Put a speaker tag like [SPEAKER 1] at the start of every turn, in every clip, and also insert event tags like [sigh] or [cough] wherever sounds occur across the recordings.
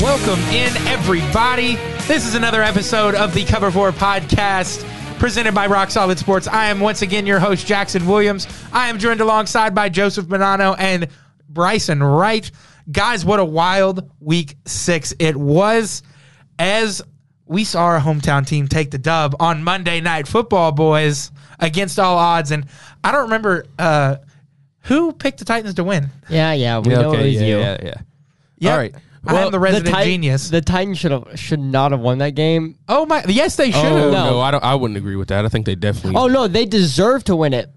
[SPEAKER 1] Welcome in, everybody. This is another episode of the Cover 4 podcast presented by Rock Solid Sports. I am once again your host, Jackson Williams. I am joined alongside by Joseph Bonanno and Bryson Wright. Guys, what a wild week six it was as we saw our hometown team take the dub on Monday Night Football, boys, against all odds. And I don't remember uh, who picked the Titans to win.
[SPEAKER 2] Yeah, yeah, we know it was
[SPEAKER 3] yeah,
[SPEAKER 2] you.
[SPEAKER 3] yeah, yeah.
[SPEAKER 1] Yep.
[SPEAKER 3] All right.
[SPEAKER 1] I'm the resident
[SPEAKER 2] Titan-
[SPEAKER 1] genius.
[SPEAKER 2] The Titans should have should not have won that game.
[SPEAKER 1] Oh my! Yes, they should have.
[SPEAKER 3] Oh,
[SPEAKER 2] No.
[SPEAKER 3] no. I don't. I wouldn't agree with that. I think they definitely.
[SPEAKER 2] Oh no, they deserve to win it,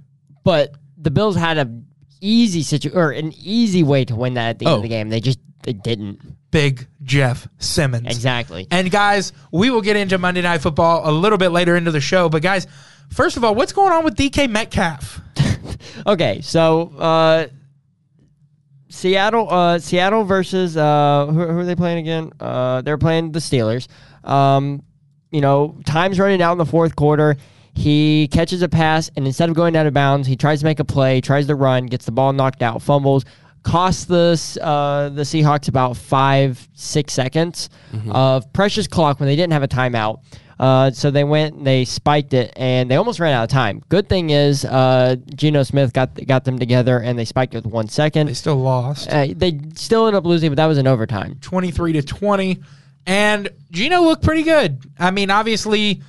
[SPEAKER 2] but the Bills had a easy situ or an easy way to win that at the end
[SPEAKER 3] Oh.
[SPEAKER 2] of the game. They just they didn't
[SPEAKER 1] Big Jeff Simmons.
[SPEAKER 2] exactly.
[SPEAKER 1] And guys, we will get into Monday Night Football a little bit later into the show. But guys, first of all, what's going on with DK Metcalf?
[SPEAKER 2] Okay, so uh, Seattle, uh, Seattle versus uh, who, who are they playing again? Uh, they're playing the Steelers. Um, you know, time's running out in the fourth quarter. He catches a pass, and instead of going out of bounds, he tries to make a play, tries to run, gets the ball knocked out, fumbles, costs the S- uh, the Seahawks about five, six seconds of precious clock when they didn't have a timeout. Uh, so they went, and they spiked it, and they almost ran out of time. Good thing is, uh, Geno Smith got got them together, and they spiked it with one
[SPEAKER 1] They
[SPEAKER 2] second.
[SPEAKER 1] still lost
[SPEAKER 2] Uh, they still ended up losing, but that was in overtime.
[SPEAKER 1] twenty three to twenty, and Gino looked pretty good. I mean, obviously.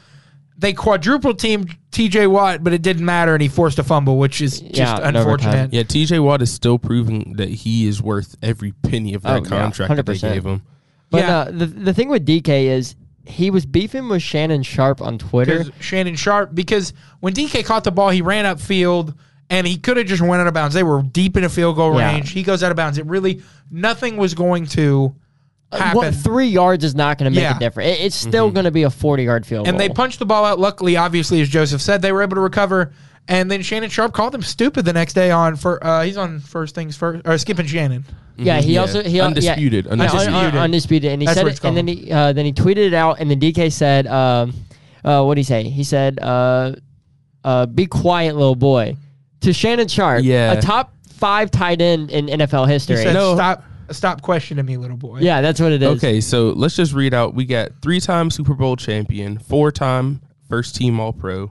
[SPEAKER 1] They quadruple teamed TJ Watt, but it didn't matter, and he forced a fumble, which is just
[SPEAKER 2] Yeah, in overtime.
[SPEAKER 1] unfortunate.
[SPEAKER 3] Yeah, T.J. Watt is still proving that he is worth every penny of that
[SPEAKER 2] Oh, yeah,
[SPEAKER 3] contract that they
[SPEAKER 2] 100%.
[SPEAKER 3] gave him.
[SPEAKER 2] But
[SPEAKER 1] Yeah.
[SPEAKER 2] uh, the the thing with DK is he was beefing with Shannon Sharp on Twitter.
[SPEAKER 1] is Shannon Sharp because when DK caught the ball, he ran upfield and he could have just went out of bounds. They were deep in a field goal
[SPEAKER 2] Yeah.
[SPEAKER 1] range. He goes out of bounds. It really nothing was going to happen.
[SPEAKER 2] Uh, What three yards is not going to make
[SPEAKER 1] Yeah.
[SPEAKER 2] a difference. It, it's still
[SPEAKER 3] Mm-hmm.
[SPEAKER 2] going to be a forty yard field
[SPEAKER 1] and
[SPEAKER 2] goal.
[SPEAKER 1] they punched the ball out. Luckily, obviously, as Joseph said, they were able to recover. And then Shannon Sharp called him stupid the next day on for uh, he's on first things first or skipping Shannon.
[SPEAKER 2] yeah, he
[SPEAKER 3] Yeah.
[SPEAKER 2] also he
[SPEAKER 3] Mm-hmm. Undisputed,
[SPEAKER 2] Yeah,
[SPEAKER 3] undisputed.
[SPEAKER 2] Yeah, un- un- undisputed. And he
[SPEAKER 1] That's
[SPEAKER 2] said
[SPEAKER 1] what it's
[SPEAKER 2] it, and then he uh, then he tweeted it out, and then DK said, um, uh, "What did he say? He said, uh, uh, be quiet, little boy,' to Shannon Sharp,
[SPEAKER 3] Yeah.
[SPEAKER 2] a top five tight end in NFL
[SPEAKER 1] He
[SPEAKER 2] history.
[SPEAKER 1] said,
[SPEAKER 3] No.
[SPEAKER 1] "Stop, stop questioning me, little boy."
[SPEAKER 2] yeah, that's what it is.
[SPEAKER 3] Okay, so let's just read out. We got three-time Super Bowl champion, four-time first-team All-Pro,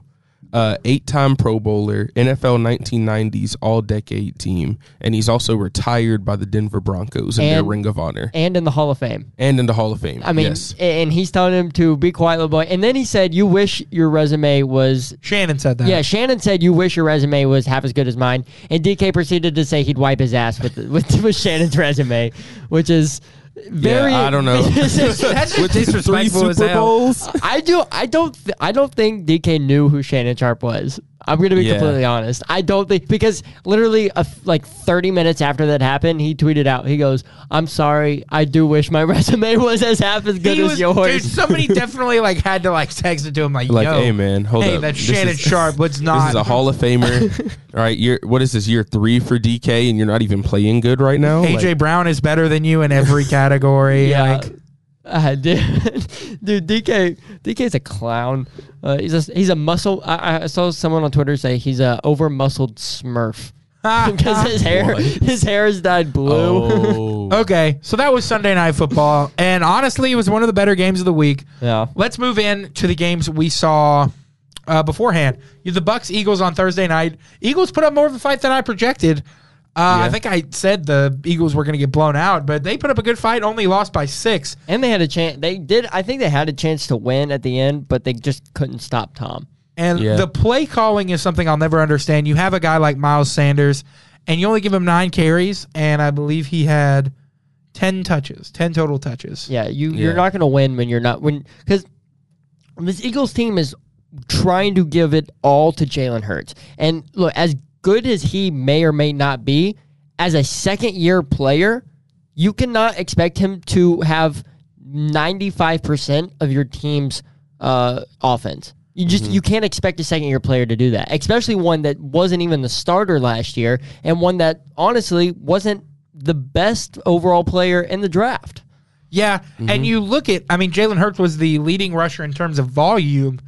[SPEAKER 3] uh, eight-time Pro Bowler, NFL 1990s All-Decade Team, and he's also retired by the Denver Broncos in their
[SPEAKER 2] And-
[SPEAKER 3] Ring of Honor
[SPEAKER 2] and in the Hall of Fame.
[SPEAKER 3] and in the Hall of Fame.
[SPEAKER 2] I mean,
[SPEAKER 3] yes.
[SPEAKER 2] and he's telling him to be quiet, little boy. And then he said, "You wish your resume was."
[SPEAKER 1] Shannon said that.
[SPEAKER 2] Yeah, Shannon said, "You wish your resume was half as good as mine." And DK proceeded to say he'd wipe his ass with [laughs] with, with Shannon's resume, which is very.
[SPEAKER 3] I
[SPEAKER 2] [laughs]
[SPEAKER 3] don't know.
[SPEAKER 1] that's just
[SPEAKER 3] Three
[SPEAKER 1] disrespectful as
[SPEAKER 3] Super
[SPEAKER 1] hell.
[SPEAKER 3] Bowls.
[SPEAKER 2] I do. I don't. Th- I don't think DK knew who Shannon Sharp was. I'm gonna be
[SPEAKER 3] Yeah.
[SPEAKER 2] completely honest. I don't think because literally, a f like 30 minutes after that happened, he tweeted out. He goes, "I'm sorry. I do wish my [laughs] resume was as half as good
[SPEAKER 1] He
[SPEAKER 2] as
[SPEAKER 1] was-
[SPEAKER 2] yours."
[SPEAKER 1] Dude, somebody definitely like had to like text it to him like,
[SPEAKER 3] Like,
[SPEAKER 1] yo,
[SPEAKER 3] hey man, hold
[SPEAKER 1] hey,
[SPEAKER 3] up.
[SPEAKER 1] that's
[SPEAKER 3] This
[SPEAKER 1] Shannon
[SPEAKER 3] is-
[SPEAKER 1] Sharp. Let's
[SPEAKER 3] [laughs] This
[SPEAKER 1] not.
[SPEAKER 3] is a Hall of
[SPEAKER 1] [laughs]
[SPEAKER 3] Famer. All right, year what is this year three for DK, and you're not even playing good right now.
[SPEAKER 1] AJ Brown is better than you in
[SPEAKER 2] [laughs]
[SPEAKER 1] every category.
[SPEAKER 2] Oh, Yeah. [laughs]
[SPEAKER 1] Like,
[SPEAKER 2] Uh, dude, dude, DK, DK's a clown. Uh, he's a he's a muscle. I, I saw someone on Twitter say he's a over muscled Smurf because his hair his hair is dyed blue.
[SPEAKER 1] [laughs]
[SPEAKER 3] oh,
[SPEAKER 1] okay, so that was Sunday Night Football, and honestly, it was one of the better games of the week.
[SPEAKER 2] Yeah,
[SPEAKER 1] Let's move in to the games we saw uh, beforehand. You- The Bucks Eagles on Thursday night. Eagles put up more of a fight than I projected. Uh, I
[SPEAKER 3] Yeah.
[SPEAKER 1] think I said the Eagles were going to get blown out, but they put up a good fight. Only lost by six.
[SPEAKER 2] and they had a chance. They did. I think they had a chance to win at the end, but they just couldn't stop Tom.
[SPEAKER 1] And
[SPEAKER 3] Yeah.
[SPEAKER 1] the play calling is something I'll never understand. You have a guy like Miles Sanders, and you only give him nine carries, and I believe he had ten touches, ten total touches.
[SPEAKER 2] Yeah, you you're
[SPEAKER 3] Yeah.
[SPEAKER 2] not gonna win when you're not when because this Eagles team is trying to give it all to Jalen Hurts. And look, as good as he may or may not be, as a second year player, you cannot expect him to have ninety five percent of your team's uh, offense. You just you can't expect a second year player to do that, especially one that wasn't even the starter last year and one that honestly wasn't the best overall player in the draft.
[SPEAKER 3] Mm-hmm.
[SPEAKER 1] Yeah, and you look at, I mean, Jalen Hurts was the leading rusher in terms of volume,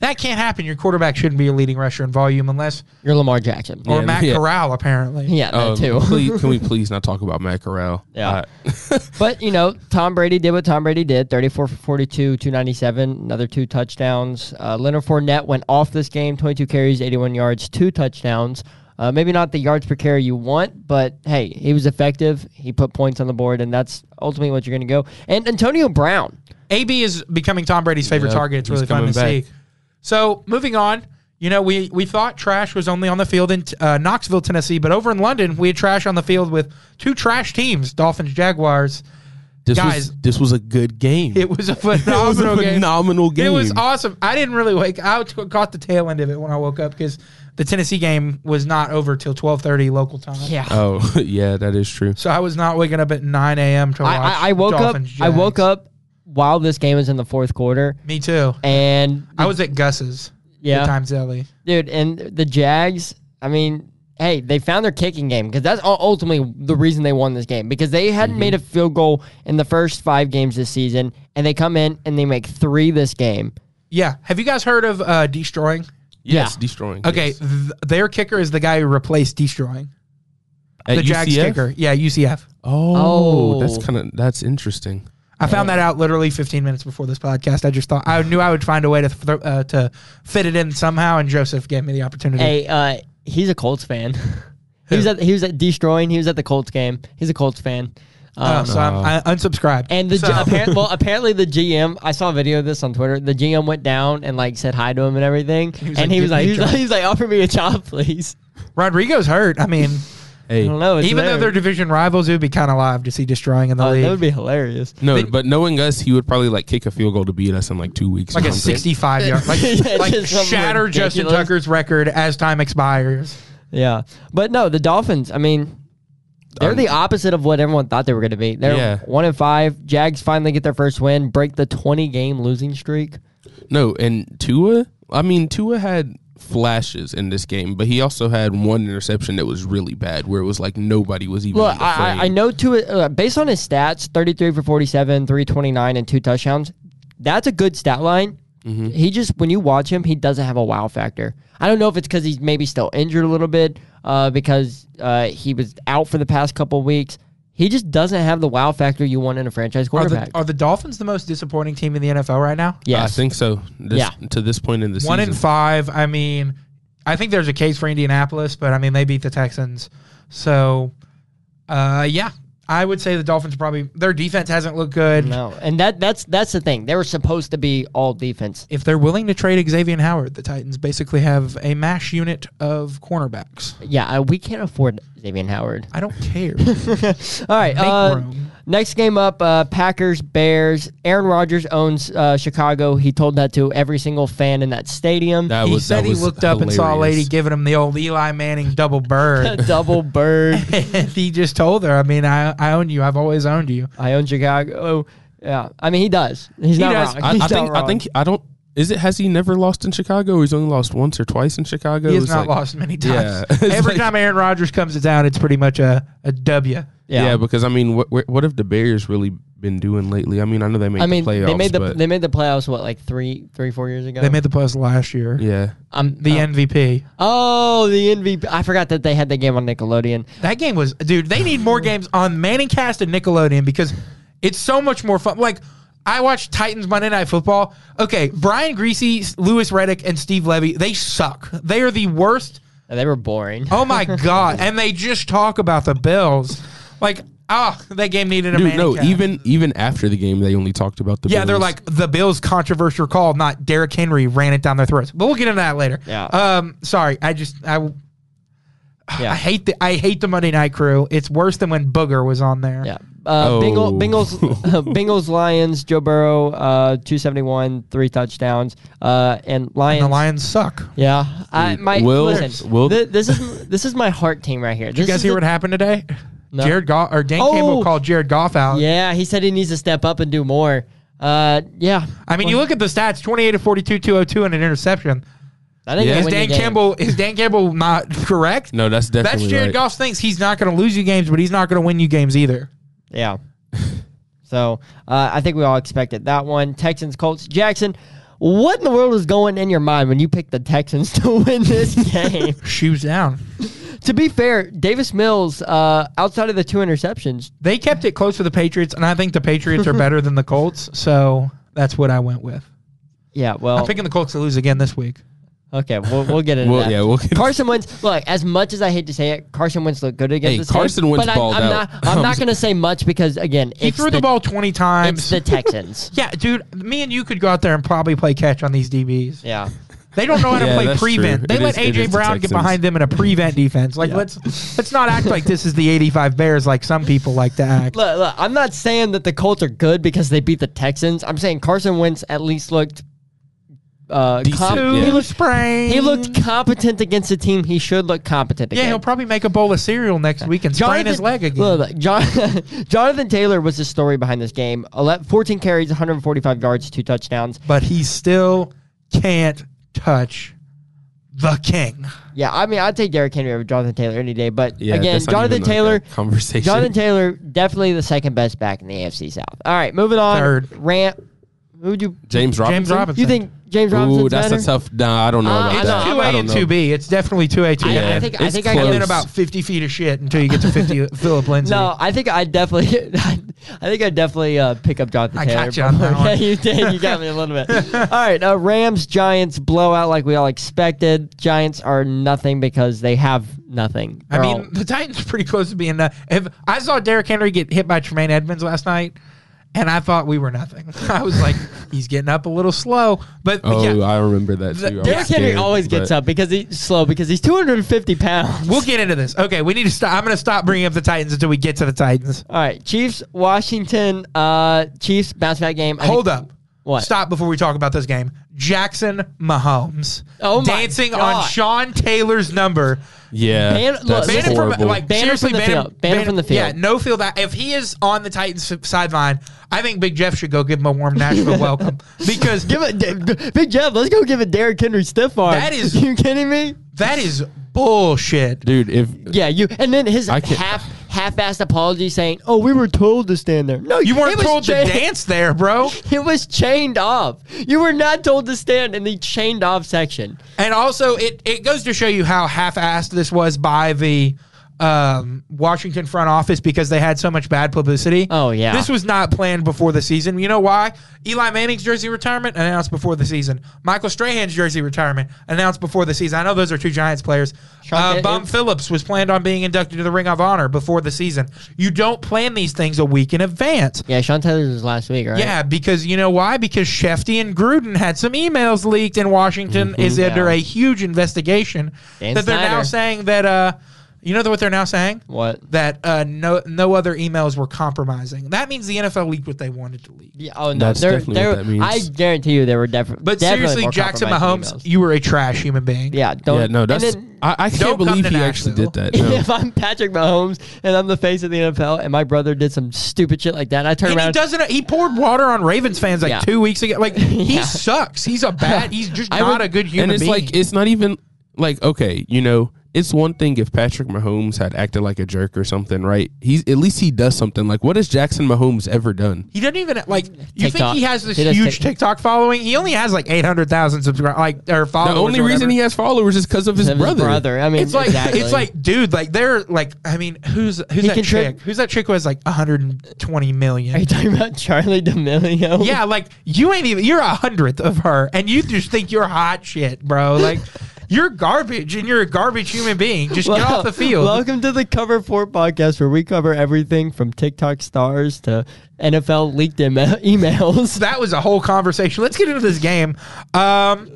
[SPEAKER 1] That can't happen. Your quarterback shouldn't be a leading rusher in volume unless
[SPEAKER 2] You're Lamar Jackson.
[SPEAKER 1] or Oh,
[SPEAKER 3] Yeah,
[SPEAKER 1] Matt
[SPEAKER 3] [laughs] yeah.
[SPEAKER 1] Corral apparently.
[SPEAKER 2] Yeah, that
[SPEAKER 3] Um,
[SPEAKER 2] too.
[SPEAKER 3] please- can we please not talk about Matt Corral? Uh,
[SPEAKER 2] Yeah. [laughs] But you know, Tom Brady did what Tom Brady did: thirty-four for forty-two, two ninety-seven, another two touchdowns. Uh, Leonard Fournette went off this game: twenty-two carries, eighty-one yards, two touchdowns. Uh, maybe not the yards per carry you want, but hey, he was effective. He put points on the board, and that's ultimately what you're going to go. And Antonio Brown,
[SPEAKER 1] AB is becoming Tom Brady's favorite
[SPEAKER 3] Yep,
[SPEAKER 1] target. It's
[SPEAKER 3] he's
[SPEAKER 1] really fun to
[SPEAKER 3] coming back.
[SPEAKER 1] see. So moving on, you know, we we thought trash was only on the field in uh, Knoxville, Tennessee, but over in London, we had trash on the field with two trash teams, Dolphins, Jaguars.
[SPEAKER 3] [laughs] this
[SPEAKER 1] Guys.
[SPEAKER 3] was this was a good game.
[SPEAKER 1] It was a
[SPEAKER 3] [laughs] It
[SPEAKER 1] phenomenal
[SPEAKER 3] was a
[SPEAKER 1] game.
[SPEAKER 3] phenomenal game.
[SPEAKER 1] It was awesome. I didn't really wake. I t- caught the tail end of it when I woke up because the Tennessee game was not over till twelve thirty local time.
[SPEAKER 2] yeah,
[SPEAKER 3] Oh [laughs] yeah, that is true.
[SPEAKER 1] So I was not waking up at nine a.m. to watch.
[SPEAKER 2] I, I, I woke
[SPEAKER 1] Dolphins,
[SPEAKER 2] up. I
[SPEAKER 1] Jags.
[SPEAKER 2] woke up while this game was in the fourth quarter,
[SPEAKER 1] Me too.
[SPEAKER 2] and
[SPEAKER 1] I was at Gus's.
[SPEAKER 2] Yeah.
[SPEAKER 1] The Times Ellie.
[SPEAKER 2] dude. And the Jags, I mean, hey, they found their kicking game because that's ul- ultimately the reason they won this game because they hadn't made a field goal in the first five games this season, and they come in and they make three this game.
[SPEAKER 1] Yeah. Have you guys heard of uh, destroying?
[SPEAKER 3] Yes,
[SPEAKER 2] Yeah.
[SPEAKER 3] destroying.
[SPEAKER 1] Okay,
[SPEAKER 3] yes.
[SPEAKER 1] th- their kicker is the guy who replaced destroying
[SPEAKER 3] At
[SPEAKER 1] the Jags
[SPEAKER 3] UCF?
[SPEAKER 1] kicker. Yeah, UCF.
[SPEAKER 3] Oh, that's
[SPEAKER 2] Oh.
[SPEAKER 3] kind of that's interesting.
[SPEAKER 1] I found
[SPEAKER 3] Oh.
[SPEAKER 1] that out literally 15 minutes before this podcast. I just thought I knew I would find a way to th- uh, to fit it in somehow, and Joseph gave me the opportunity.
[SPEAKER 2] Hey, uh, he's a Colts fan. [laughs] he was at he was at destroying. He was at the Colts game. He's a Colts fan.
[SPEAKER 1] Uh,
[SPEAKER 2] Um,
[SPEAKER 1] so I'm I unsubscribed.
[SPEAKER 2] And the
[SPEAKER 1] So-
[SPEAKER 2] apparent, [laughs] well, apparently the GM. I saw a video of this on Twitter. The GM went down and like said hi to him and everything.
[SPEAKER 1] was
[SPEAKER 2] and
[SPEAKER 1] like,
[SPEAKER 2] he
[SPEAKER 1] "Give
[SPEAKER 2] was
[SPEAKER 1] me
[SPEAKER 2] like,
[SPEAKER 1] a
[SPEAKER 2] he was
[SPEAKER 1] job."
[SPEAKER 2] like, he was like, offer me a job, please.
[SPEAKER 1] Rodrigo's hurt. I mean,
[SPEAKER 3] Hey,
[SPEAKER 2] I don't know. [laughs] It's
[SPEAKER 1] even though
[SPEAKER 2] hilarious.
[SPEAKER 1] they're division rivals, it would be kind of live to see destroying in the
[SPEAKER 2] Uh,
[SPEAKER 1] league,
[SPEAKER 2] that [laughs] would be hilarious.
[SPEAKER 3] no,
[SPEAKER 1] they-
[SPEAKER 3] but knowing us, he would probably like kick a field goal to beat us in like two weeks. or
[SPEAKER 1] like a
[SPEAKER 3] something.
[SPEAKER 1] 65
[SPEAKER 2] [laughs]
[SPEAKER 1] yard, like,
[SPEAKER 2] Yeah,
[SPEAKER 1] like
[SPEAKER 2] just something
[SPEAKER 1] shatter Justin
[SPEAKER 2] ridiculous.
[SPEAKER 1] Tucker's record as time expires.
[SPEAKER 2] Yeah, but no, the Dolphins. I mean, they're
[SPEAKER 3] Um,
[SPEAKER 2] the opposite of what everyone thought they were going to be. They're
[SPEAKER 3] Yeah.
[SPEAKER 2] one and five. Jags finally get their first win, break the twenty-game losing streak.
[SPEAKER 3] No, and Tua. I mean, Tua had flashes in this game, but he also had one interception that was really bad, where it was like nobody was even.
[SPEAKER 2] Look,
[SPEAKER 3] afraid.
[SPEAKER 2] I, I- I know two. Uh, based on his stats, thirty-three for forty-seven, three twenty-nine, and two touchdowns. That's a good stat line.
[SPEAKER 3] Mm-hmm.
[SPEAKER 2] He just when you watch him, he doesn't have a wow factor. I don't know if it's because he's maybe still injured a little bit, uh, because uh, he was out for the past couple weeks. He just doesn't have the wow factor you want in a franchise
[SPEAKER 1] Are the,
[SPEAKER 2] quarterback.
[SPEAKER 1] are the Dolphins the most disappointing team in the NFL right now?
[SPEAKER 3] I
[SPEAKER 2] yes.
[SPEAKER 3] think so. This,
[SPEAKER 2] Yeah.
[SPEAKER 3] To this point in the
[SPEAKER 1] One
[SPEAKER 3] season,
[SPEAKER 1] in five. I mean, I think there's a case for Indianapolis, but I mean they beat the Texans. So, uh, yeah, I would say the Dolphins probably their defense hasn't looked good.
[SPEAKER 2] No, and that that's that's the thing. They were supposed to be all defense.
[SPEAKER 1] If they're willing to trade Xavier Howard, the Titans basically have a mash unit of cornerbacks.
[SPEAKER 2] Yeah, uh, we can't afford Xavier Howard.
[SPEAKER 1] I don't care.
[SPEAKER 2] All right,
[SPEAKER 1] Make
[SPEAKER 2] uh,
[SPEAKER 1] room.
[SPEAKER 2] next game up: uh, Packers Bears. Aaron Rodgers owns uh, Chicago. He told that to every single fan in that stadium. [laughs]
[SPEAKER 3] that
[SPEAKER 1] he
[SPEAKER 3] was,
[SPEAKER 1] said
[SPEAKER 3] that
[SPEAKER 1] he
[SPEAKER 3] was
[SPEAKER 1] looked up and saw a lady
[SPEAKER 3] hilarious.
[SPEAKER 1] giving him the old Eli Manning double
[SPEAKER 3] [laughs]
[SPEAKER 1] bird. [laughs]
[SPEAKER 2] Double bird.
[SPEAKER 1] and he just told her, I mean, I, I own you. I've always owned you.
[SPEAKER 2] I own Chicago. Yeah, I mean he does. He's
[SPEAKER 1] He
[SPEAKER 2] not
[SPEAKER 1] does.
[SPEAKER 2] wrong.
[SPEAKER 3] I,
[SPEAKER 2] He's
[SPEAKER 3] I
[SPEAKER 2] not
[SPEAKER 3] think. I
[SPEAKER 2] wrong.
[SPEAKER 3] think. I don't. Is it? Has he never lost in Chicago? He's only lost once or twice in Chicago.
[SPEAKER 1] He has
[SPEAKER 3] It's
[SPEAKER 1] not
[SPEAKER 3] like-
[SPEAKER 1] lost many times.
[SPEAKER 3] Yeah. [laughs] It's
[SPEAKER 1] Every
[SPEAKER 3] like-
[SPEAKER 1] time Aaron Rodgers comes to town, it's pretty much a, a W.
[SPEAKER 3] Yeah. because I mean, what what what have the Bears really been doing lately? I mean, I know they made
[SPEAKER 2] I mean
[SPEAKER 3] the playoffs,
[SPEAKER 2] they made the
[SPEAKER 3] but
[SPEAKER 2] they made the playoffs what like three three four years ago.
[SPEAKER 1] They made the playoffs last year. Uh,
[SPEAKER 3] yeah,
[SPEAKER 2] um,
[SPEAKER 1] The MVP.
[SPEAKER 2] oh the MVP. I forgot that they had the game on Nickelodeon.
[SPEAKER 1] That game was, dude. They need more games on Manningcast and Nickelodeon because it's so much more fun. Like I watched Titans Monday Night Football. Okay, Brian Greasy, Lewis Reddick, and Steve Levy. They suck. They are the worst.
[SPEAKER 2] They were boring.
[SPEAKER 1] Oh
[SPEAKER 3] [laughs]
[SPEAKER 1] my god! And they just talk about the Bills. Like ah, that game needed a
[SPEAKER 3] dude. No,
[SPEAKER 1] Manningcast.
[SPEAKER 3] even even after the game, they only talked about the.
[SPEAKER 1] Yeah, they're
[SPEAKER 3] Bills.
[SPEAKER 1] like the Bills' controversial call, not Derrick Henry ran it down their throats. But we'll get into that later.
[SPEAKER 2] Yeah.
[SPEAKER 1] Um. Sorry, I just I [sighs] I
[SPEAKER 2] Yeah.
[SPEAKER 1] hate the I hate the Monday Night Crew. It's worse than when Booger was on there.
[SPEAKER 2] Yeah. Uh,
[SPEAKER 3] Oh.
[SPEAKER 2] Bengals,
[SPEAKER 3] [laughs]
[SPEAKER 2] [laughs] Bengals, Bengals, Lions, Joe Burrow, uh, 271, three touchdowns. Uh, and Lions.
[SPEAKER 1] And the Lions suck. Did
[SPEAKER 2] Yeah. I, my,
[SPEAKER 3] Will-
[SPEAKER 2] listen,
[SPEAKER 3] Will-
[SPEAKER 2] thi- this, is, this is my heart team right here. Did
[SPEAKER 1] you guys hear what happened today?
[SPEAKER 2] No.
[SPEAKER 1] Jared Goff or Dan Campbell
[SPEAKER 2] Oh!
[SPEAKER 1] called Jared Goff out.
[SPEAKER 2] Yeah, he said he needs to step up and do more. Uh, yeah.
[SPEAKER 1] I mean, you look at the stats: twenty-eight to forty-two, two hundred two, and an interception.
[SPEAKER 2] I think
[SPEAKER 3] Yeah.
[SPEAKER 2] they
[SPEAKER 1] Is
[SPEAKER 2] win
[SPEAKER 1] Dan
[SPEAKER 2] the game.
[SPEAKER 1] Campbell is Dan Campbell not correct?
[SPEAKER 3] no, that's definitely
[SPEAKER 1] That's Jared
[SPEAKER 3] right.
[SPEAKER 1] Goff thinks he's not going to lose you games, but he's not going to win you games either.
[SPEAKER 2] Yeah. so uh, I think we all expected that one. Texans, Colts, Jackson. What in the world was going in your mind when you picked the Texans [laughs] to win this game?
[SPEAKER 1] Shoes down.
[SPEAKER 2] to be fair, Davis Mills, uh, outside of the two interceptions,
[SPEAKER 1] They kept it close to the Patriots, and I think the Patriots are better than the Colts, so that's what I went with.
[SPEAKER 2] yeah, well,
[SPEAKER 1] I'm picking the Colts to lose again this week.
[SPEAKER 2] okay, we'll, we'll get into
[SPEAKER 3] Well,
[SPEAKER 2] that.
[SPEAKER 3] yeah, we'll get-
[SPEAKER 2] Carson Wentz, look, as much as I hate to say it, Carson Wentz looked good against
[SPEAKER 3] Hey,
[SPEAKER 2] this
[SPEAKER 3] Carson
[SPEAKER 2] team,
[SPEAKER 3] Wentz
[SPEAKER 2] but I'm-
[SPEAKER 3] balled
[SPEAKER 2] I'm,
[SPEAKER 3] out.
[SPEAKER 2] not, I'm
[SPEAKER 3] [laughs]
[SPEAKER 2] not going to say much because, again,
[SPEAKER 1] He
[SPEAKER 2] it's
[SPEAKER 1] threw the, ball 20
[SPEAKER 2] It's
[SPEAKER 1] times.
[SPEAKER 3] [laughs]
[SPEAKER 2] the Texans.
[SPEAKER 1] yeah, dude, me and you could go out there and probably play catch on these DBs.
[SPEAKER 2] yeah.
[SPEAKER 1] They don't know how to
[SPEAKER 3] Yeah,
[SPEAKER 1] play
[SPEAKER 3] that's
[SPEAKER 1] prevent.
[SPEAKER 3] true.
[SPEAKER 1] They
[SPEAKER 3] It
[SPEAKER 1] let
[SPEAKER 3] is- it
[SPEAKER 1] AJ
[SPEAKER 3] is the
[SPEAKER 1] Brown get
[SPEAKER 3] Texans.
[SPEAKER 1] behind them in a prevent defense. Like
[SPEAKER 2] Yeah.
[SPEAKER 1] let's let's not act like this is the 85 Bears like some people like to act.
[SPEAKER 2] Look, look, I'm not saying that the Colts are good because they beat the Texans. I'm saying Carson Wentz at least looked uh,
[SPEAKER 3] Decent,
[SPEAKER 2] com-
[SPEAKER 3] yeah.
[SPEAKER 2] he,
[SPEAKER 1] Two
[SPEAKER 2] looked,
[SPEAKER 1] sprain.
[SPEAKER 2] he looked competent against a team he should look competent
[SPEAKER 1] Yeah,
[SPEAKER 2] against.
[SPEAKER 1] he'll probably make a bowl of cereal next week and sprain his leg again.
[SPEAKER 2] Look, look, Jon- [laughs] Jonathan Taylor was the story behind this game. Ele- 14 carries, 145 yards, two touchdowns.
[SPEAKER 1] but he still can't touch the king.
[SPEAKER 2] Yeah, I mean, I'd take Derrick Henry over Jonathan Taylor any day. But
[SPEAKER 3] Yeah,
[SPEAKER 2] again,
[SPEAKER 3] that's not
[SPEAKER 2] Jonathan
[SPEAKER 3] even, like, a
[SPEAKER 2] Taylor,
[SPEAKER 3] conversation.
[SPEAKER 2] Jonathan Taylor, definitely the second best back in the AFC South. All right, moving on.
[SPEAKER 1] Third.
[SPEAKER 2] Rant. Who would you
[SPEAKER 3] James Robinson.
[SPEAKER 1] James Robinson.
[SPEAKER 2] You think James Robinson's
[SPEAKER 3] Ooh, that's
[SPEAKER 2] better?
[SPEAKER 3] a tough. Nah, I don't know
[SPEAKER 2] Uh,
[SPEAKER 3] about
[SPEAKER 2] I
[SPEAKER 1] It's
[SPEAKER 2] know,
[SPEAKER 3] that.
[SPEAKER 2] I'm-
[SPEAKER 1] two
[SPEAKER 3] I
[SPEAKER 1] A
[SPEAKER 3] don't
[SPEAKER 1] and
[SPEAKER 3] know.
[SPEAKER 1] two B. It's definitely two A two B.
[SPEAKER 2] I-
[SPEAKER 3] Yeah,
[SPEAKER 2] I think I
[SPEAKER 3] it's
[SPEAKER 2] think I
[SPEAKER 1] and
[SPEAKER 2] got
[SPEAKER 1] then
[SPEAKER 3] close.
[SPEAKER 1] about 50 feet of shit until you get to [laughs] 50 Philip Lindsay.
[SPEAKER 2] no. I think I definitely, [laughs] I think I definitely uh, pick up Jonathan
[SPEAKER 1] I
[SPEAKER 2] Taylor.
[SPEAKER 1] got you on that
[SPEAKER 2] before-
[SPEAKER 1] one.
[SPEAKER 2] [laughs] yeah, you did. You got me a little
[SPEAKER 1] [laughs]
[SPEAKER 2] bit. All right, uh, Rams Giants blowout like we all expected. Giants are nothing because they have nothing.
[SPEAKER 1] I
[SPEAKER 2] They're all-
[SPEAKER 1] mean, the Titans are pretty close to being. Uh, if I saw Derrick Henry get hit by Tremaine Edmonds last night, and I thought we were nothing. [laughs] I was like, he's getting up a little slow, but, but
[SPEAKER 3] Oh,
[SPEAKER 1] yeah,
[SPEAKER 3] I remember that too. I was
[SPEAKER 2] Derrick Henry
[SPEAKER 3] scared,
[SPEAKER 2] always gets
[SPEAKER 3] but-
[SPEAKER 2] up because he's slow because he's 250 pounds.
[SPEAKER 1] we'll get into this. Okay, we need to stop. I'm going to stop bringing up the Titans until we get to the Titans.
[SPEAKER 2] all right, Chiefs Washington. Uh, Chiefs bounce back game. I
[SPEAKER 1] Hold
[SPEAKER 2] think-
[SPEAKER 1] up.
[SPEAKER 2] What?
[SPEAKER 1] Stop before we talk about this game. Jackson Mahomes
[SPEAKER 2] Oh my
[SPEAKER 1] dancing
[SPEAKER 2] God.
[SPEAKER 1] on Sean Taylor 's number.
[SPEAKER 3] Yeah,
[SPEAKER 2] Ban- look,
[SPEAKER 3] that's
[SPEAKER 1] Ban him from
[SPEAKER 3] horrible.
[SPEAKER 1] like
[SPEAKER 2] Ban him
[SPEAKER 1] seriously
[SPEAKER 2] from the
[SPEAKER 1] ban him-
[SPEAKER 2] field. Ban him from the
[SPEAKER 1] Yeah,
[SPEAKER 2] field.
[SPEAKER 1] no field. That if he is on the Titans sideline, I think Big Jeff should go give him a warm
[SPEAKER 2] [laughs]
[SPEAKER 1] Nashville welcome because
[SPEAKER 2] Give it, D- D- Big Jeff. Let's go give it Derrick Henry stiff arm.
[SPEAKER 1] That is-
[SPEAKER 2] [laughs] you kidding me?
[SPEAKER 1] that is bullshit.
[SPEAKER 3] dude, if
[SPEAKER 2] Yeah, you. And then his
[SPEAKER 3] I can't-
[SPEAKER 2] half half-assed apology saying, "Oh, we were told to stand there." No,
[SPEAKER 1] You
[SPEAKER 2] it
[SPEAKER 1] weren't
[SPEAKER 2] was
[SPEAKER 1] told to
[SPEAKER 2] chained-
[SPEAKER 1] dance there, bro.
[SPEAKER 2] [laughs] It was chained off. You were not told to stand in the chained off section.
[SPEAKER 1] And also, it it goes to show you how half-assed this was by the um, Washington front office because they had so much bad publicity.
[SPEAKER 2] Oh, yeah.
[SPEAKER 1] this was not planned before the season. You know why? Eli Manning's jersey retirement announced before the season. Michael Strahan's jersey retirement announced before the season. I know those are two Giants players.
[SPEAKER 2] Sean
[SPEAKER 1] Uh,
[SPEAKER 2] Pitt-
[SPEAKER 1] Bum Phillips was planned on being inducted to the Ring of Honor before the season. You don't plan these things a week in advance.
[SPEAKER 2] Yeah, Sean Taylor's was last week, right?
[SPEAKER 1] Yeah, because you know why? Because Shefty and Gruden had some emails leaked, and Washington is under
[SPEAKER 2] Mm-hmm. Yeah.
[SPEAKER 1] a huge investigation.
[SPEAKER 2] Dan
[SPEAKER 1] that they're now
[SPEAKER 2] Snyder.
[SPEAKER 1] saying that, uh, you know what they're now saying?
[SPEAKER 2] What?
[SPEAKER 1] That uh, no no other emails were compromising. That means the NFL leaked what they wanted to leak.
[SPEAKER 2] Yeah, oh no,
[SPEAKER 3] That's
[SPEAKER 2] there-
[SPEAKER 3] definitely
[SPEAKER 2] there-
[SPEAKER 3] what that means.
[SPEAKER 2] I guarantee you, there were defi-
[SPEAKER 1] But
[SPEAKER 2] definitely
[SPEAKER 1] seriously,
[SPEAKER 2] more
[SPEAKER 1] Jackson Mahomes,
[SPEAKER 2] compromising emails.
[SPEAKER 1] you were a trash human being.
[SPEAKER 2] Yeah, don't.
[SPEAKER 3] yeah, no,
[SPEAKER 2] and
[SPEAKER 3] that's
[SPEAKER 2] then- [laughs]
[SPEAKER 3] I, I
[SPEAKER 1] Don't
[SPEAKER 3] can't
[SPEAKER 1] come
[SPEAKER 3] believe
[SPEAKER 1] to
[SPEAKER 3] he actually
[SPEAKER 1] Nashville.
[SPEAKER 3] did that. No.
[SPEAKER 2] If I'm Patrick Mahomes and I'm the face of the NFL and my brother did some stupid shit like that, and I turn
[SPEAKER 1] And he
[SPEAKER 2] around.
[SPEAKER 1] doesn't. He poured water on Ravens fans like
[SPEAKER 2] Yeah.
[SPEAKER 1] two weeks ago. Like he
[SPEAKER 2] [laughs] Yeah.
[SPEAKER 1] sucks. He's a bad. He's just
[SPEAKER 3] I
[SPEAKER 1] not
[SPEAKER 3] would-
[SPEAKER 1] a good human
[SPEAKER 3] And it's
[SPEAKER 1] being.
[SPEAKER 3] like it's not even like okay, you know, it's one thing if Patrick Mahomes had acted like a jerk or something, right? He's at least he does something. Like what has Jackson Mahomes ever done?
[SPEAKER 1] He doesn't even like. You think
[SPEAKER 2] TikTok.
[SPEAKER 1] he has this
[SPEAKER 2] He does
[SPEAKER 1] huge
[SPEAKER 2] Tik-
[SPEAKER 1] TikTok following? He only has like eight hundred thousand subscribers, like or
[SPEAKER 3] The
[SPEAKER 1] followers.
[SPEAKER 3] only
[SPEAKER 1] or
[SPEAKER 3] reason
[SPEAKER 1] whatever.
[SPEAKER 3] he has followers is because of his
[SPEAKER 2] His
[SPEAKER 3] brother.
[SPEAKER 2] brother. I mean,
[SPEAKER 1] It's like
[SPEAKER 2] exactly.
[SPEAKER 1] it's like, dude, like they're like, I mean, who's who's that
[SPEAKER 2] contrib-
[SPEAKER 1] chick? Who's that chick who has like one hundred and twenty
[SPEAKER 2] Are you
[SPEAKER 1] million?
[SPEAKER 2] talking about Charlie D'Amelio?
[SPEAKER 1] Yeah, like you ain't even. You're a hundredth of her, and you just think you're hot shit, bro.
[SPEAKER 2] [laughs]
[SPEAKER 1] Like you're garbage, and you're a garbage human being. Just get
[SPEAKER 2] Well,
[SPEAKER 1] off the field.
[SPEAKER 2] Welcome to the Cover Four podcast, where we cover everything from TikTok stars to NFL leaked ema- [laughs] emails.
[SPEAKER 1] that was a whole conversation. Let's get into this game. Um,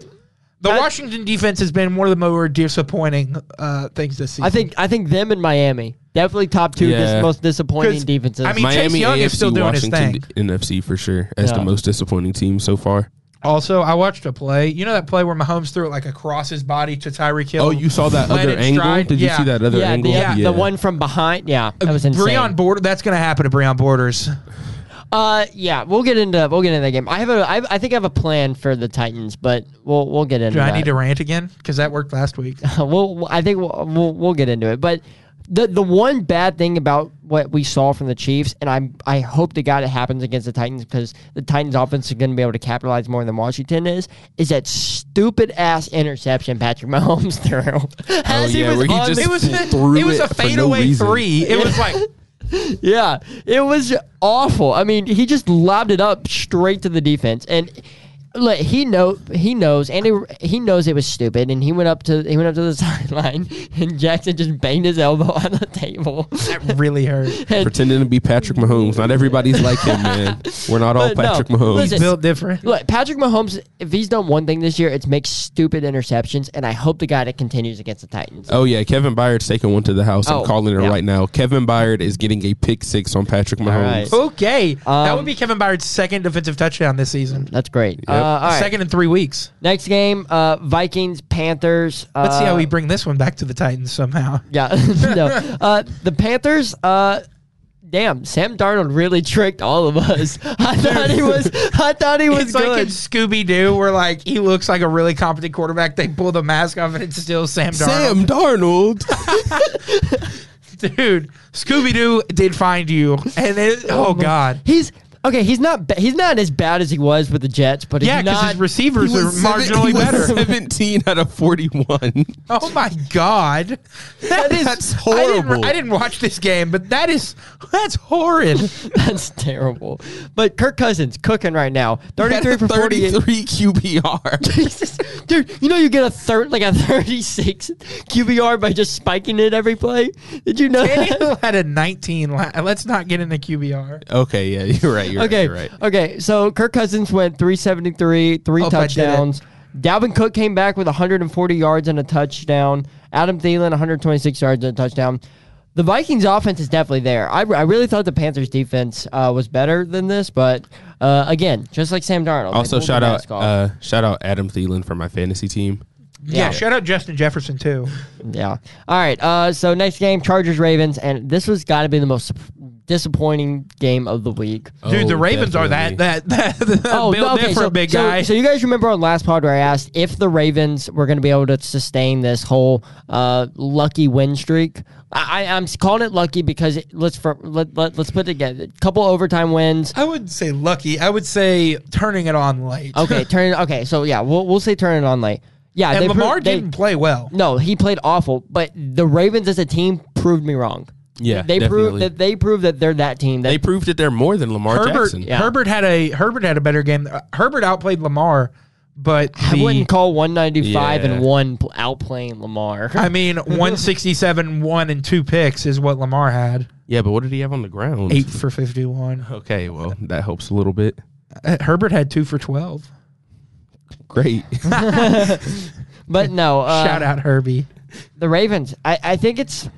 [SPEAKER 1] the
[SPEAKER 2] I-
[SPEAKER 1] Washington defense has been one of the more disappointing uh, things this season.
[SPEAKER 2] I think I think them and Miami definitely top two dis-
[SPEAKER 3] Yeah.
[SPEAKER 2] most disappointing
[SPEAKER 1] 'Cause,
[SPEAKER 2] defenses.
[SPEAKER 1] I mean- Chase
[SPEAKER 3] Miami,
[SPEAKER 1] Young
[SPEAKER 3] AFC,
[SPEAKER 1] is still doing his
[SPEAKER 3] Washington,
[SPEAKER 1] thing.
[SPEAKER 3] D- NFC for sure as
[SPEAKER 2] Yeah.
[SPEAKER 3] the most disappointing team so far.
[SPEAKER 1] Also, I watched a play. You know that play where Mahomes threw it like across his body to Tyreek Hill.
[SPEAKER 3] Oh, you saw that
[SPEAKER 1] Let
[SPEAKER 3] other
[SPEAKER 1] it
[SPEAKER 3] angle?
[SPEAKER 1] stride.
[SPEAKER 3] Did you
[SPEAKER 1] Yeah.
[SPEAKER 3] see that other
[SPEAKER 2] yeah, the,
[SPEAKER 3] angle?
[SPEAKER 2] the one from behind. Yeah, that was insane.
[SPEAKER 1] Breon Border. That's going to happen to Breon Borders.
[SPEAKER 2] Uh, yeah, we'll get into we'll get into that game. I have a I, I think I have a plan for the Titans, but we'll we'll get into.
[SPEAKER 1] Do
[SPEAKER 2] that.
[SPEAKER 1] I need to rant again? Because that worked
[SPEAKER 3] [laughs]
[SPEAKER 1] last week.
[SPEAKER 2] [laughs] we'll, we'll- I think we'll, we'll we'll get into it. But the the one bad thing about what we saw from the Chiefs, and I I hope to God it happens against the Titans because the Titans' offense is going to be able to capitalize more than Washington is. Is that stupid ass interception Patrick Mahomes [laughs] threw? As
[SPEAKER 3] Oh, yeah, where he
[SPEAKER 2] on
[SPEAKER 3] just
[SPEAKER 2] the-
[SPEAKER 1] It was [laughs]
[SPEAKER 3] Threw
[SPEAKER 1] it was
[SPEAKER 3] it
[SPEAKER 1] a
[SPEAKER 3] for no
[SPEAKER 1] fadeaway
[SPEAKER 3] reason.
[SPEAKER 1] three. It was like
[SPEAKER 2] Yeah, it was awful. I mean, he just lobbed it up straight to the defense, and look, he know he knows, and it, he knows it was stupid, and he went up to he went up to the [laughs] sideline, and Jackson just banged his elbow [laughs] on the table.
[SPEAKER 1] that really
[SPEAKER 2] [laughs]
[SPEAKER 1] hurt.
[SPEAKER 3] Pretending to be Patrick Mahomes. Not everybody's like
[SPEAKER 2] [laughs]
[SPEAKER 3] him, man. We're not all
[SPEAKER 2] But no,
[SPEAKER 3] Patrick Mahomes.
[SPEAKER 2] listen,
[SPEAKER 1] Built different.
[SPEAKER 2] Look, Patrick Mahomes, if he's done one thing this year, it's make stupid interceptions, and I hope the guy that continues against the Titans.
[SPEAKER 3] Oh yeah, Kevin Byard's taking one to the house.
[SPEAKER 2] Oh,
[SPEAKER 3] I'm calling it
[SPEAKER 2] yeah.
[SPEAKER 3] right now. Kevin Byard is getting a pick six on Patrick
[SPEAKER 2] right.
[SPEAKER 3] Mahomes.
[SPEAKER 1] Okay, that
[SPEAKER 2] Um,
[SPEAKER 1] would be Kevin Byard's second defensive touchdown this season.
[SPEAKER 2] That's great. Uh, all right.
[SPEAKER 1] Second in three weeks.
[SPEAKER 2] Next game, uh, Vikings, Panthers. Uh,
[SPEAKER 1] Let's see how we bring this one back to the Titans
[SPEAKER 2] [laughs]
[SPEAKER 1] somehow.
[SPEAKER 2] Yeah, no. Uh, the Panthers. Uh, damn, Sam Darnold really tricked all of us. [laughs] I thought he was. I
[SPEAKER 1] [laughs]
[SPEAKER 2] thought he was
[SPEAKER 1] It's like in
[SPEAKER 2] good.
[SPEAKER 1] Scooby Doo, where like he looks like a really competent quarterback. They pull the mask off, and it's still Sam Darnold.
[SPEAKER 3] Sam [laughs] Darnold.
[SPEAKER 1] Dude, Scooby Doo did find you, and it, oh god,
[SPEAKER 2] he's okay. He's not. Ba- he's not as bad as he was with the Jets, but
[SPEAKER 1] yeah,
[SPEAKER 2] he's
[SPEAKER 1] because
[SPEAKER 2] not.
[SPEAKER 1] his receivers are
[SPEAKER 3] seven-
[SPEAKER 1] marginally
[SPEAKER 3] he was
[SPEAKER 1] better.
[SPEAKER 3] [laughs] Seventeen out of forty-one.
[SPEAKER 1] Oh my god, that is
[SPEAKER 3] That's
[SPEAKER 1] I didn't,
[SPEAKER 3] horrible.
[SPEAKER 1] I didn't watch this game, but that is [laughs] that's horrid.
[SPEAKER 2] [laughs] that's terrible. But Kirk Cousins cooking right now.
[SPEAKER 1] [laughs]
[SPEAKER 2] Thirty-three
[SPEAKER 3] Had
[SPEAKER 2] for
[SPEAKER 3] a
[SPEAKER 2] forty-eight.
[SPEAKER 3] 33 QBR.
[SPEAKER 2] Jesus. [laughs] Dude, you know you get a third like a [laughs] 36 QBR by just spiking it every play. Did you know? that?
[SPEAKER 1] Tannehill had a 19. La- Let's not get into QBR.
[SPEAKER 3] [laughs] okay, yeah, you're right. You're
[SPEAKER 2] okay,
[SPEAKER 3] right. You're right. Oh,
[SPEAKER 2] okay. So Kirk Cousins went 373, three
[SPEAKER 1] Hope I did it.
[SPEAKER 2] touchdowns. Dalvin Cook came back with 140 yards and a touchdown. Adam Thielen 126 yards and a touchdown. The Vikings offense is definitely there. I, I really thought the Panthers defense uh, was better than this, but uh, again, just like Sam Darnold. they
[SPEAKER 3] Also,
[SPEAKER 2] pulled the
[SPEAKER 3] shout out,
[SPEAKER 2] mask off.
[SPEAKER 3] uh, shout out Adam Thielen for my fantasy team.
[SPEAKER 1] Yeah.
[SPEAKER 2] Yeah.
[SPEAKER 1] shout out Justin Jefferson too.
[SPEAKER 2] Yeah. All right. Uh, so next game, Chargers Ravens, and this was got to be the most disappointing game of the week.
[SPEAKER 1] Dude, the
[SPEAKER 3] Oh,
[SPEAKER 1] Ravens
[SPEAKER 3] definitely.
[SPEAKER 1] are that that that, that [laughs] Uh, Bill
[SPEAKER 2] no,
[SPEAKER 1] Difford
[SPEAKER 2] Oh, so,
[SPEAKER 1] big
[SPEAKER 2] so-
[SPEAKER 1] guy.
[SPEAKER 2] So you guys remember on last pod where I asked if the Ravens were going to be able to sustain this whole uh, lucky win streak. I, I- I'm calling it lucky because it, let's for, let, let, let's put it together. A couple
[SPEAKER 1] [laughs]
[SPEAKER 2] overtime wins.
[SPEAKER 1] I wouldn't say lucky. I would say turning it on late.
[SPEAKER 2] Okay, turn. Okay, so yeah, we'll we'll say turn it on late. Yeah,
[SPEAKER 1] [laughs] and
[SPEAKER 2] they pro-
[SPEAKER 1] Lamar
[SPEAKER 2] they-
[SPEAKER 1] didn't play well.
[SPEAKER 2] No, he played awful. But the Ravens as a team proved me wrong.
[SPEAKER 3] Yeah,
[SPEAKER 2] they proved
[SPEAKER 3] definitely.
[SPEAKER 2] that they proved that they're that team. That
[SPEAKER 3] They proved that they're more than Lamar
[SPEAKER 1] Herbert
[SPEAKER 3] Jackson.
[SPEAKER 2] Yeah.
[SPEAKER 1] Herbert had a Herbert had a better game. Uh, Herbert outplayed Lamar, but
[SPEAKER 2] I
[SPEAKER 1] the-
[SPEAKER 2] wouldn't call 195
[SPEAKER 3] Yeah.
[SPEAKER 2] and one pl- outplaying Lamar. [laughs]
[SPEAKER 1] I mean 167 one and two picks is what Lamar had.
[SPEAKER 3] Yeah, but what did he have on the ground?
[SPEAKER 1] 8 for 51.
[SPEAKER 3] Okay, [laughs] well, that helps a little bit.
[SPEAKER 1] Uh, Herbert had 2 for 12.
[SPEAKER 3] [laughs] Great.
[SPEAKER 2] But no, uh,
[SPEAKER 1] Shout out Herbie.
[SPEAKER 2] the Ravens. I, I think it's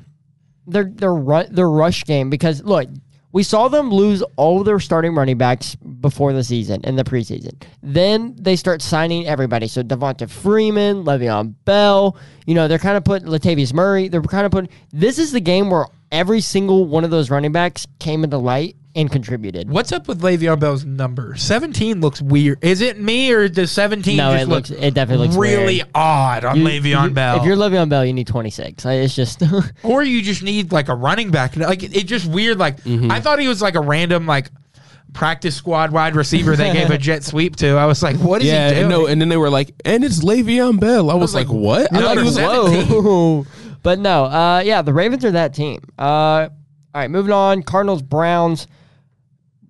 [SPEAKER 2] their their ru- their rush game because look, we saw them lose all their starting running backs before the season in the preseason. Then they start signing everybody. So Devonta Freeman, Le'Veon Bell. You know they're kind of putting Latavius Murray. They're kind of putting. This is the game where every single one of those running backs came into light and contributed.
[SPEAKER 1] What's up with Le'Veon Bell's number? Seventeen looks weird. Is it me or does seventeen
[SPEAKER 2] No,
[SPEAKER 1] just
[SPEAKER 2] it
[SPEAKER 1] look
[SPEAKER 2] looks- it definitely looks
[SPEAKER 1] really
[SPEAKER 2] weird.
[SPEAKER 1] odd on
[SPEAKER 2] You-
[SPEAKER 1] Le'Veon
[SPEAKER 2] you-
[SPEAKER 1] Bell?
[SPEAKER 2] If you're Le'Veon Bell, you need 26. I- It's just [laughs]
[SPEAKER 1] or you just need like a running back. Like it- it's just weird. Like
[SPEAKER 3] Mm-hmm.
[SPEAKER 1] I thought he was like a random like practice squad wide receiver they
[SPEAKER 3] [laughs]
[SPEAKER 1] gave a jet sweep to. I was like, what is he
[SPEAKER 3] yeah,
[SPEAKER 1] doing?
[SPEAKER 3] no, and then they were like, and it's Le'Veon Bell. I was, like, what? I
[SPEAKER 1] no,
[SPEAKER 3] thought he
[SPEAKER 1] no,
[SPEAKER 3] was
[SPEAKER 1] that-
[SPEAKER 2] whoa. [laughs] but no, uh, yeah, the Ravens are that team. Uh, all right, moving on. Cardinals, Browns,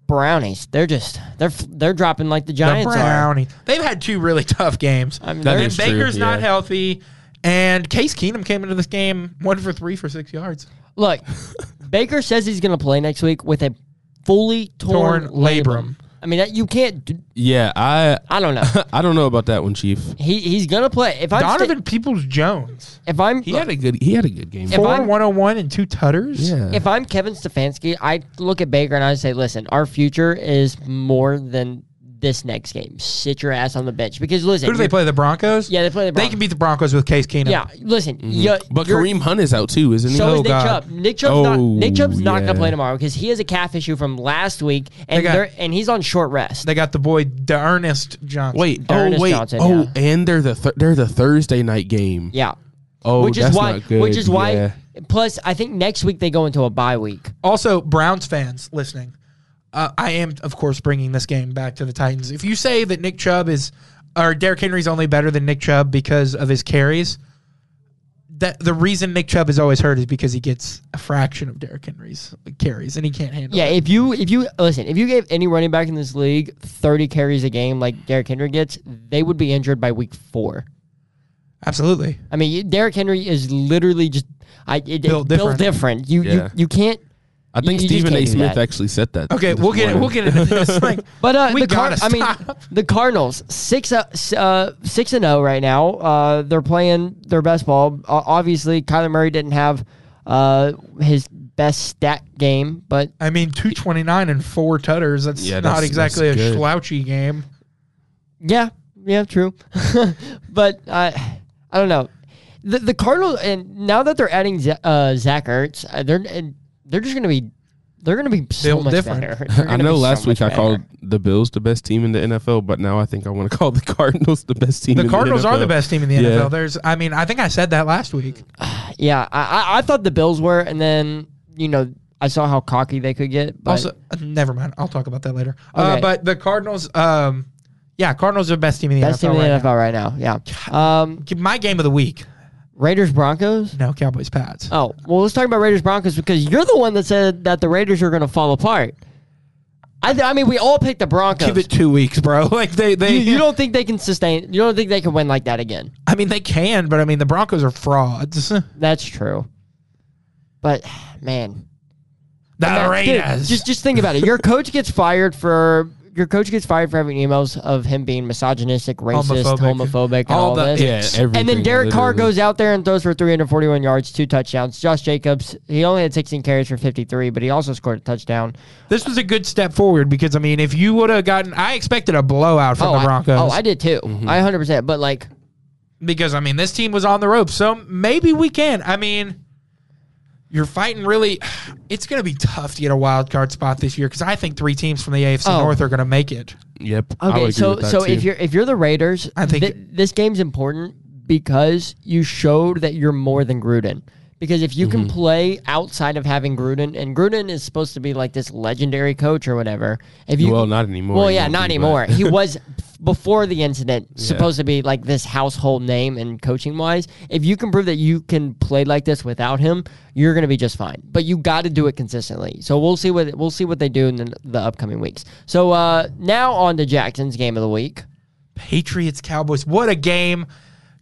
[SPEAKER 2] Brownies. They're just they're f- they're dropping like the
[SPEAKER 1] the
[SPEAKER 2] Giants are.
[SPEAKER 1] Brownie. They've had two really [laughs] tough games.
[SPEAKER 2] I mean,
[SPEAKER 3] That
[SPEAKER 2] they're-
[SPEAKER 1] and
[SPEAKER 3] is true,
[SPEAKER 1] Baker's not
[SPEAKER 3] yeah.
[SPEAKER 1] healthy. And Case Keenum came into this game one for three for six yards.
[SPEAKER 2] look, Baker says he's going to play next week with a fully torn,
[SPEAKER 1] Torn labrum.
[SPEAKER 2] I mean, that, you can't. d-
[SPEAKER 3] yeah, I
[SPEAKER 2] I don't know.
[SPEAKER 3] I don't know about that one, Chief.
[SPEAKER 2] he he's going to play. If I'm sta-
[SPEAKER 1] Donovan Peoples Jones.
[SPEAKER 2] if I'm
[SPEAKER 3] He had a good he had a good game.
[SPEAKER 2] If
[SPEAKER 1] Four
[SPEAKER 2] I'm-
[SPEAKER 1] 101 and two tutters.
[SPEAKER 3] yeah.
[SPEAKER 2] [sighs] if I'm Kevin Stefanski, I look at Baker and I say, listen, our future is more than this next game. Sit your ass on the bench because listen,
[SPEAKER 1] Who do they
[SPEAKER 2] you're-
[SPEAKER 1] play? The Broncos?
[SPEAKER 2] Yeah, they play the
[SPEAKER 1] They
[SPEAKER 2] Broncos.
[SPEAKER 1] can beat the Broncos with Case Keenum.
[SPEAKER 2] Yeah, listen, yeah,
[SPEAKER 3] Mm-hmm. but
[SPEAKER 2] you're-
[SPEAKER 3] Kareem Hunt is out too, isn't he?
[SPEAKER 2] So is
[SPEAKER 1] Oh,
[SPEAKER 2] Nick
[SPEAKER 1] God.
[SPEAKER 2] Chubb. Nick Chubb's not. Nick
[SPEAKER 3] Oh,
[SPEAKER 2] Chubb's not going
[SPEAKER 3] yeah.
[SPEAKER 2] to play tomorrow because he has a calf issue from last week, and
[SPEAKER 1] They got-
[SPEAKER 2] they're and he's on short rest.
[SPEAKER 1] They got the boy Dearnest Johnson.
[SPEAKER 3] Wait,
[SPEAKER 2] Darnus
[SPEAKER 3] oh wait,
[SPEAKER 2] Johnson,
[SPEAKER 3] oh,
[SPEAKER 2] yeah.
[SPEAKER 3] and they're the th- they're the Thursday night game.
[SPEAKER 2] yeah,
[SPEAKER 3] Oh,
[SPEAKER 2] which
[SPEAKER 3] that's
[SPEAKER 2] is why.
[SPEAKER 3] not good.
[SPEAKER 2] Which is why.
[SPEAKER 3] Yeah.
[SPEAKER 2] Plus, I think next week they go into a bye week.
[SPEAKER 1] Also, Browns fans listening, uh, I am of course bringing this game back to the Titans. If you say that Nick Chubb is or Derrick Henry's only better than Nick Chubb because of his carries, that the reason Nick Chubb is always hurt is because he gets a fraction of Derrick Henry's carries and he can't handle.
[SPEAKER 2] Yeah,
[SPEAKER 1] it.
[SPEAKER 2] if you if you listen, if you gave any running back in this league 30 carries a game like Derrick Henry gets, they would be injured by week 4.
[SPEAKER 1] absolutely.
[SPEAKER 2] I mean, you- Derrick Henry is literally just I it, it's
[SPEAKER 1] Built
[SPEAKER 2] built
[SPEAKER 1] different.
[SPEAKER 2] different. You
[SPEAKER 3] Yeah.
[SPEAKER 2] you you can't
[SPEAKER 3] I think
[SPEAKER 2] you just
[SPEAKER 3] Stephen
[SPEAKER 2] can't
[SPEAKER 3] A.
[SPEAKER 2] do
[SPEAKER 3] Smith
[SPEAKER 2] that.
[SPEAKER 3] actually said that.
[SPEAKER 1] Okay,
[SPEAKER 3] this
[SPEAKER 1] we'll get it.
[SPEAKER 3] morning.
[SPEAKER 1] We'll get into
[SPEAKER 3] [laughs]
[SPEAKER 1] this. Like,
[SPEAKER 2] But uh,
[SPEAKER 1] we
[SPEAKER 2] the Car-
[SPEAKER 1] gotta
[SPEAKER 2] I mean,
[SPEAKER 1] stop. [laughs]
[SPEAKER 2] the Cardinals six uh, s- uh, six and zero right now. Uh, they're playing their best ball. O- obviously, Kyler Murray didn't have uh, his best stat game, but
[SPEAKER 1] I mean, two twenty nine and four tutters. That's
[SPEAKER 3] Yeah,
[SPEAKER 1] not
[SPEAKER 3] that's-
[SPEAKER 1] exactly
[SPEAKER 3] that's
[SPEAKER 1] a
[SPEAKER 3] good.
[SPEAKER 1] slouchy game.
[SPEAKER 2] yeah, yeah, true. [laughs] but uh, I don't know. The the Cardinals, and now that they're adding Z- uh, Zach Ertz, uh, they're and they're just gonna be they're gonna be so
[SPEAKER 1] Built
[SPEAKER 2] much
[SPEAKER 1] different. [laughs]
[SPEAKER 2] better. They're
[SPEAKER 3] I
[SPEAKER 2] gonna
[SPEAKER 3] know
[SPEAKER 2] be so
[SPEAKER 3] last week
[SPEAKER 2] much
[SPEAKER 3] I
[SPEAKER 2] better.
[SPEAKER 3] called the Bills the best team in the NFL, but now I think I want to [laughs] call the Cardinals the best team.
[SPEAKER 1] The
[SPEAKER 3] in
[SPEAKER 1] Cardinals
[SPEAKER 3] the NFL.
[SPEAKER 1] are the best team in the
[SPEAKER 3] Yeah.
[SPEAKER 1] NFL. There's, I mean, I think I said that last week.
[SPEAKER 2] Yeah, I, I I thought the Bills were, and then you know I saw how cocky they could get. But
[SPEAKER 1] also, uh, never mind. I'll talk about that later. Uh,
[SPEAKER 2] Okay.
[SPEAKER 1] but the Cardinals, um, yeah, Cardinals are the best team in the
[SPEAKER 2] Best
[SPEAKER 1] NFL.
[SPEAKER 2] team in the
[SPEAKER 1] right
[SPEAKER 2] NFL right now. Yeah. Um,
[SPEAKER 1] now. My game of the week.
[SPEAKER 2] Raiders Broncos.
[SPEAKER 1] No, Cowboys Pats.
[SPEAKER 2] Oh well, let's talk about Raiders Broncos because you're the one that said that the Raiders are going to fall apart. I, th- I mean, we all picked the Broncos.
[SPEAKER 1] Give it two weeks, bro. [laughs] Like they, they.
[SPEAKER 2] you, you don't think they can sustain? You don't think they can win like that again?
[SPEAKER 1] I mean, they can, but I mean, the Broncos are frauds. The
[SPEAKER 2] That's true. But man, That- dude,
[SPEAKER 1] Raiders.
[SPEAKER 2] just just think about it. Your coach gets fired for your coach gets fired for having emails of him being misogynistic, racist,
[SPEAKER 1] Homophobic.
[SPEAKER 2] homophobic, and
[SPEAKER 1] All
[SPEAKER 2] all,
[SPEAKER 1] the-
[SPEAKER 2] this.
[SPEAKER 1] yeah,
[SPEAKER 2] and then
[SPEAKER 3] everything,
[SPEAKER 2] Derek Carr
[SPEAKER 3] literally.
[SPEAKER 2] goes out there and throws for 341 yards, two touchdowns. Josh Jacobs, he only had 16 carries for 53, but he also scored a touchdown.
[SPEAKER 1] this was a good step forward because I mean, if you would have gotten, I expected a blowout from the Broncos.
[SPEAKER 2] I, oh, I did too. I 100%. But like,
[SPEAKER 1] because I mean this team was on the ropes. So maybe we can. I mean, you're fighting really. [sighs] It's going to be tough to get a wild card spot this year because I think three teams from the AFC
[SPEAKER 2] Oh.
[SPEAKER 1] North are going to make it.
[SPEAKER 3] Yep. I would
[SPEAKER 2] okay,
[SPEAKER 3] agree
[SPEAKER 2] so
[SPEAKER 3] with that
[SPEAKER 2] so
[SPEAKER 3] too.
[SPEAKER 2] if you're if you're the Raiders,
[SPEAKER 1] I think-
[SPEAKER 2] thi- this game's important because you showed that you're more than Gruden. Because if you can play outside of having Gruden, and Gruden is supposed to be like this legendary coach or whatever, if you
[SPEAKER 3] well, not anymore.
[SPEAKER 2] Well,
[SPEAKER 3] he
[SPEAKER 2] yeah,
[SPEAKER 3] won't
[SPEAKER 2] not
[SPEAKER 3] be, but-
[SPEAKER 2] anymore.
[SPEAKER 3] [laughs]
[SPEAKER 2] he was before the incident supposed to be like this household name and coaching wise. If you can prove that you can play like this without him, you're going to be just fine. But you got to do it consistently. So we'll see what we'll see what they do in the, the upcoming weeks. So uh, now on to Jackson's game of the week.
[SPEAKER 1] Patriots Cowboys. What a game.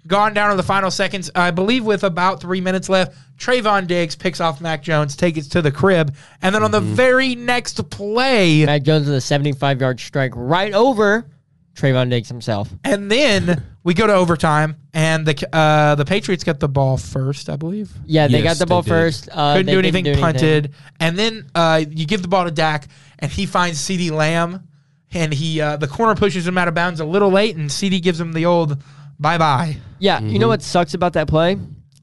[SPEAKER 1] Gone down to the final seconds, I believe, with about three minutes left. Trayvon Diggs picks off Mac Jones, takes it to the crib, and then on the very next play,
[SPEAKER 2] Mac Jones with a 75 yard strike right over Trayvon Diggs himself.
[SPEAKER 1] and then we go to overtime, and the uh, the Patriots get the ball first, I believe.
[SPEAKER 2] Yeah, they got
[SPEAKER 3] Yes,
[SPEAKER 2] the
[SPEAKER 3] they
[SPEAKER 2] ball
[SPEAKER 3] did.
[SPEAKER 2] first. Uh,
[SPEAKER 1] couldn't
[SPEAKER 2] they
[SPEAKER 1] do anything,
[SPEAKER 2] do
[SPEAKER 1] punted. And then uh, you give the ball to Dak, and he finds C.D. Lamb, and he uh, the corner pushes him out of bounds a little late, and C.D. gives him the old bye bye.
[SPEAKER 2] Yeah, you know
[SPEAKER 3] Mm-hmm.
[SPEAKER 2] what sucks about that play?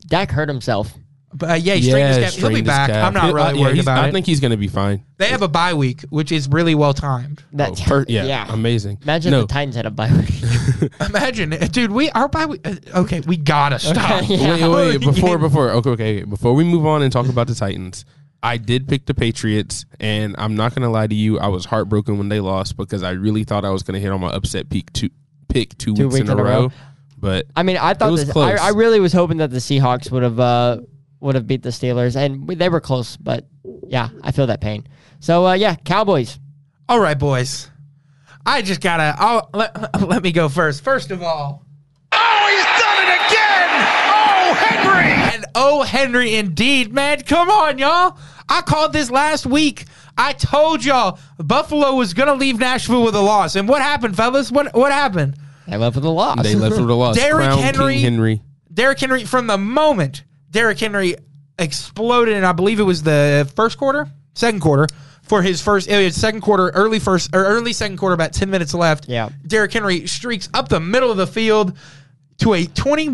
[SPEAKER 2] Dak hurt himself.
[SPEAKER 1] But uh, yeah, he straightened his
[SPEAKER 3] Yeah,
[SPEAKER 1] cap. He'll be
[SPEAKER 3] strained his
[SPEAKER 1] back.
[SPEAKER 3] calf.
[SPEAKER 1] I'm not
[SPEAKER 3] He'll- uh,
[SPEAKER 1] really
[SPEAKER 3] yeah,
[SPEAKER 1] worried
[SPEAKER 3] he's-
[SPEAKER 1] about
[SPEAKER 3] I
[SPEAKER 1] it.
[SPEAKER 3] think he's going to be fine.
[SPEAKER 1] they have a bye week, which is really well timed. [laughs]
[SPEAKER 2] That,
[SPEAKER 3] Oh, per- yeah, amazing.
[SPEAKER 2] Imagine
[SPEAKER 3] no,
[SPEAKER 2] if the Titans had a bye week.
[SPEAKER 1] Imagine, dude. We our bye week. uh, okay, we gotta stop.
[SPEAKER 3] [laughs]
[SPEAKER 2] Yeah.
[SPEAKER 3] Wait, wait,
[SPEAKER 1] [laughs]
[SPEAKER 3] wait, before, before, okay, okay, before we move on and talk about the Titans, I did pick the Patriots, and I'm not gonna lie to you, I was heartbroken when they lost because I really thought I was gonna hit on my upset peak two pick two, weeks, in, a row. But
[SPEAKER 2] [laughs] I mean, I thought
[SPEAKER 3] was
[SPEAKER 2] this, I,
[SPEAKER 3] close.
[SPEAKER 2] I really was hoping that the Seahawks would have uh, would have beat the Steelers, and we, they were close. But yeah, I feel that pain. So uh, yeah, Cowboys.
[SPEAKER 1] All right, boys. I just gotta. I'll, let, let me go first. First of all,
[SPEAKER 4] Oh, he's done it again! Oh, Henry!
[SPEAKER 1] And oh, Henry, indeed, man. Come on, y'all. I called this last week. I told y'all Buffalo was gonna leave Nashville with a loss. And what happened, fellas? What what happened?
[SPEAKER 2] They left with a loss.
[SPEAKER 3] they left with a loss.
[SPEAKER 1] Derrick
[SPEAKER 3] Crown
[SPEAKER 1] Henry-
[SPEAKER 3] King Henry.
[SPEAKER 1] Derrick Henry, from the moment Derrick Henry exploded, and I believe it was the first quarter, second quarter, for his first, it was second quarter, early first, or early second quarter, about 10 minutes left.
[SPEAKER 2] Yeah.
[SPEAKER 1] Derrick Henry streaks up the middle of the field, to a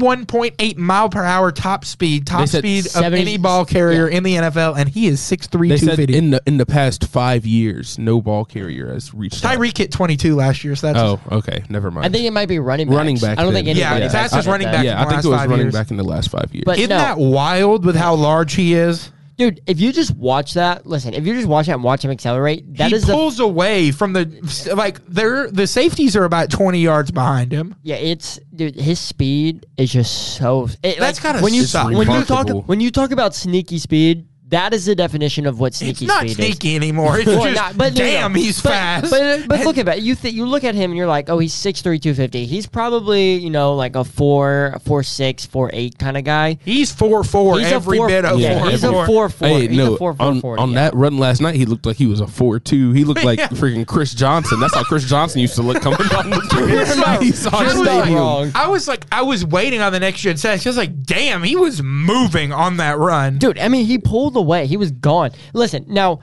[SPEAKER 1] 21.8 mile per hour top speed, top
[SPEAKER 3] They said
[SPEAKER 1] speed of
[SPEAKER 2] 70
[SPEAKER 1] any ball carrier in the NFL, and he is 6'3",
[SPEAKER 3] They said
[SPEAKER 1] 250.
[SPEAKER 3] in the in the past five years, no ball carrier has reached. that.
[SPEAKER 1] Tyreek hit 22 last year, so that's
[SPEAKER 3] Oh, okay. Never
[SPEAKER 2] [laughs]
[SPEAKER 3] mind.
[SPEAKER 2] I think it might be running backs.
[SPEAKER 3] Running back
[SPEAKER 2] I don't think
[SPEAKER 3] then.
[SPEAKER 2] anybody.
[SPEAKER 3] Yeah,
[SPEAKER 2] has
[SPEAKER 3] that's
[SPEAKER 1] just
[SPEAKER 2] done
[SPEAKER 1] running
[SPEAKER 2] that.
[SPEAKER 1] back.
[SPEAKER 3] yeah, I think
[SPEAKER 1] last
[SPEAKER 3] it was
[SPEAKER 1] five
[SPEAKER 3] running
[SPEAKER 1] years.
[SPEAKER 3] back in the last five years.
[SPEAKER 2] But-
[SPEAKER 1] Isn't
[SPEAKER 2] no.
[SPEAKER 1] that wild with how large he is?
[SPEAKER 2] Dude, if you just watch that, listen, if you just watch that and watch him accelerate, that
[SPEAKER 1] he
[SPEAKER 2] is the
[SPEAKER 1] pulls away from the like they're the safeties are about 20 yards behind him.
[SPEAKER 2] yeah, it's dude, his speed is just so it,
[SPEAKER 1] That's
[SPEAKER 2] like,
[SPEAKER 1] gotta
[SPEAKER 2] when you
[SPEAKER 1] suck.
[SPEAKER 2] when you talk
[SPEAKER 3] Remarkable.
[SPEAKER 2] when you talk about sneaky speed, that is the definition of what sneaky
[SPEAKER 1] It's not
[SPEAKER 2] speed is.
[SPEAKER 1] sneaky
[SPEAKER 2] [laughs]
[SPEAKER 1] anymore. It's
[SPEAKER 2] Well,
[SPEAKER 1] just
[SPEAKER 2] not- but no, no, no.
[SPEAKER 1] damn, he's
[SPEAKER 2] But-
[SPEAKER 1] fast.
[SPEAKER 2] But, but look at that. You th- you look at him and you're like, oh, he's 6'3", 250. He's probably you know like a four four six four eight kind of guy.
[SPEAKER 1] he's four four
[SPEAKER 2] He's
[SPEAKER 1] every
[SPEAKER 2] a four,
[SPEAKER 1] bit of
[SPEAKER 2] yeah,
[SPEAKER 1] four.
[SPEAKER 2] He's
[SPEAKER 1] four.
[SPEAKER 2] a four four.
[SPEAKER 3] Hey,
[SPEAKER 2] he's
[SPEAKER 3] no,
[SPEAKER 2] a four, four,
[SPEAKER 3] on,
[SPEAKER 2] four,
[SPEAKER 3] on
[SPEAKER 2] yeah.
[SPEAKER 3] that run last night, he looked like he was a four-two.
[SPEAKER 2] [laughs]
[SPEAKER 3] He looked like freaking Chris Johnson. That's how Chris Johnson used to look coming down the [laughs] street. He's on
[SPEAKER 1] I was,
[SPEAKER 2] not
[SPEAKER 1] like,
[SPEAKER 3] stadium.
[SPEAKER 2] wrong.
[SPEAKER 1] I was like, I was waiting on the next gen set. I was like, damn, he was moving on that run.
[SPEAKER 2] Dude, I mean, he pulled away. He was gone. Listen, now,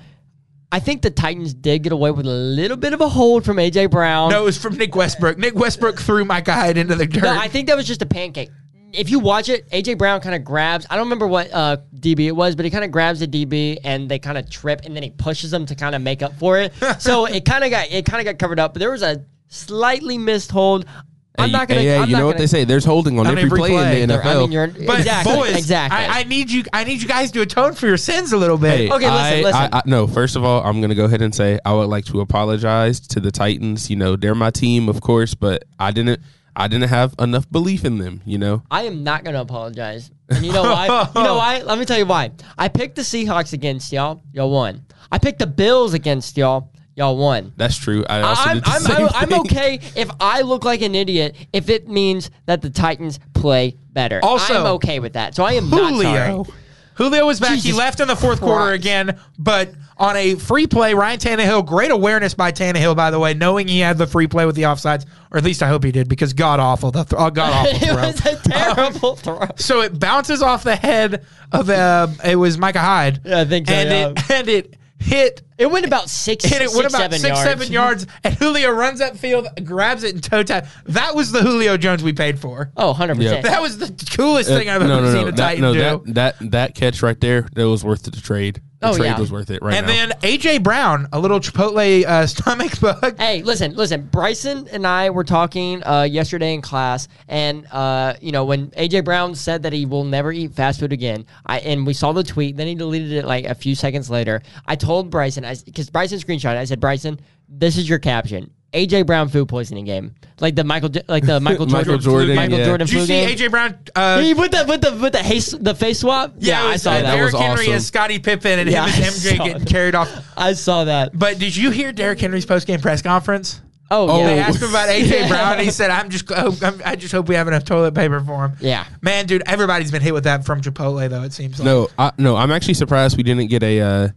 [SPEAKER 2] I think the Titans did get away with a little bit of a hold from A.J. Brown.
[SPEAKER 1] No, it was from Nick Westbrook. Nick Westbrook threw Micah Hyde into the dirt.
[SPEAKER 2] No, I think that was just a pancake. If you watch it, A.J. Brown kind of grabs, I don't remember what uh, DB it was, but he kind of grabs the DB and they kind of trip and then he pushes them to kind of make up for
[SPEAKER 3] [laughs]
[SPEAKER 2] it. so it kind of got it kind of got covered up, but there was a slightly missed hold. I'm
[SPEAKER 3] Hey,
[SPEAKER 2] not going to
[SPEAKER 3] hey, hey, you know what they say? There's holding on, every, play, in the NFL.
[SPEAKER 2] I mean, you're,
[SPEAKER 1] but
[SPEAKER 2] exactly,
[SPEAKER 1] boys,
[SPEAKER 2] exactly.
[SPEAKER 1] I, I need you. I need you guys to atone for your sins a little bit.
[SPEAKER 3] Hey,
[SPEAKER 2] Okay, listen,
[SPEAKER 3] I,
[SPEAKER 2] listen.
[SPEAKER 3] I, I, no, first of all, I'm going to go ahead and say I would like to apologize to the Titans. You know, they're my team, of course, but I didn't. I didn't have enough belief in them. You know,
[SPEAKER 2] I am not going to apologize. And you know why? you know why? Let me tell you why. I picked the Seahawks against y'all. Y'all won. I picked the Bills against y'all. Y'all won.
[SPEAKER 3] that's true. I also
[SPEAKER 2] I'm,
[SPEAKER 3] did the
[SPEAKER 2] I'm,
[SPEAKER 3] same
[SPEAKER 2] I'm, I'm
[SPEAKER 3] thing.
[SPEAKER 2] okay if I look like an idiot if it means that the Titans play better.
[SPEAKER 1] Also-
[SPEAKER 2] I'm okay with that. So I am not sorry.
[SPEAKER 1] Julio. Julio was back. he
[SPEAKER 2] Jesus
[SPEAKER 1] left in the fourth quarter
[SPEAKER 2] Christ.
[SPEAKER 1] again, but on a free play, Ryan Tannehill. Great awareness by Tannehill, by the way, knowing he had the free play with the offsides, or at least I hope he did, because god awful, the th- uh,
[SPEAKER 2] [laughs]
[SPEAKER 1] god awful
[SPEAKER 2] [laughs] it
[SPEAKER 1] throw.
[SPEAKER 2] was a terrible
[SPEAKER 1] [laughs]
[SPEAKER 2] throw.
[SPEAKER 1] so it bounces off the head of uh, it was Micah Hyde.
[SPEAKER 2] Yeah, I think so,
[SPEAKER 1] and it and it hit
[SPEAKER 2] It went about six,
[SPEAKER 1] hit it
[SPEAKER 2] six,
[SPEAKER 1] went about
[SPEAKER 2] seven
[SPEAKER 1] six
[SPEAKER 2] yards.
[SPEAKER 1] seven yards, and Julio runs upfield, grabs it, and toe tap. That was the Julio Jones we paid for.
[SPEAKER 2] Oh, 100%.
[SPEAKER 1] That was the coolest thing I've
[SPEAKER 3] Uh,
[SPEAKER 1] ever
[SPEAKER 3] no, no,
[SPEAKER 1] seen
[SPEAKER 3] no,
[SPEAKER 1] a
[SPEAKER 3] that,
[SPEAKER 1] Titan
[SPEAKER 3] no,
[SPEAKER 1] do.
[SPEAKER 3] That, that that catch right there, that was worth the trade. The
[SPEAKER 2] Oh,
[SPEAKER 3] trade
[SPEAKER 2] yeah.
[SPEAKER 3] was worth it right
[SPEAKER 1] and
[SPEAKER 3] now.
[SPEAKER 1] then AJ Brown, a little Chipotle uh, [laughs] stomach bug.
[SPEAKER 2] Hey, listen, listen. Bryson and I were talking uh, yesterday in class, and uh, you know when AJ Brown said that he will never eat fast food again. I and we saw the tweet. Then he deleted it like a few seconds later. I told Bryson, I because Bryson screenshot. I said, Bryson, this is your caption. AJ Brown food poisoning game, like the Michael, J- like
[SPEAKER 3] [laughs]
[SPEAKER 2] the Michael Jordan,
[SPEAKER 3] Michael
[SPEAKER 2] flu-
[SPEAKER 3] Jordan,
[SPEAKER 2] Michael
[SPEAKER 3] yeah.
[SPEAKER 2] Jordan
[SPEAKER 1] Did you
[SPEAKER 2] flu
[SPEAKER 1] see AJ
[SPEAKER 2] game.
[SPEAKER 1] Brown? Uh,
[SPEAKER 2] He with the with the with the face the face swap. Yeah,
[SPEAKER 1] it
[SPEAKER 2] I
[SPEAKER 1] was,
[SPEAKER 2] saw
[SPEAKER 1] uh,
[SPEAKER 2] that.
[SPEAKER 1] Derrick
[SPEAKER 3] was
[SPEAKER 1] Henry
[SPEAKER 3] awesome.
[SPEAKER 1] and Scottie Pippen, and
[SPEAKER 2] Yeah,
[SPEAKER 1] him
[SPEAKER 2] I
[SPEAKER 1] and MJ
[SPEAKER 2] saw
[SPEAKER 1] getting
[SPEAKER 2] that.
[SPEAKER 1] carried off.
[SPEAKER 2] I saw that.
[SPEAKER 1] But did you hear Derrick Henry's post game press conference?
[SPEAKER 2] Oh,
[SPEAKER 3] Oh.
[SPEAKER 2] yeah.
[SPEAKER 1] They asked him about AJ
[SPEAKER 2] [laughs] Yeah.
[SPEAKER 1] Brown. And he said, "I'm just, I hope- I'm, I just hope we have enough toilet paper for him."
[SPEAKER 2] Yeah.
[SPEAKER 1] man, dude, everybody's been hit with that from Chipotle, though. It seems like.
[SPEAKER 3] no, I, no, I'm actually surprised we didn't get a uh,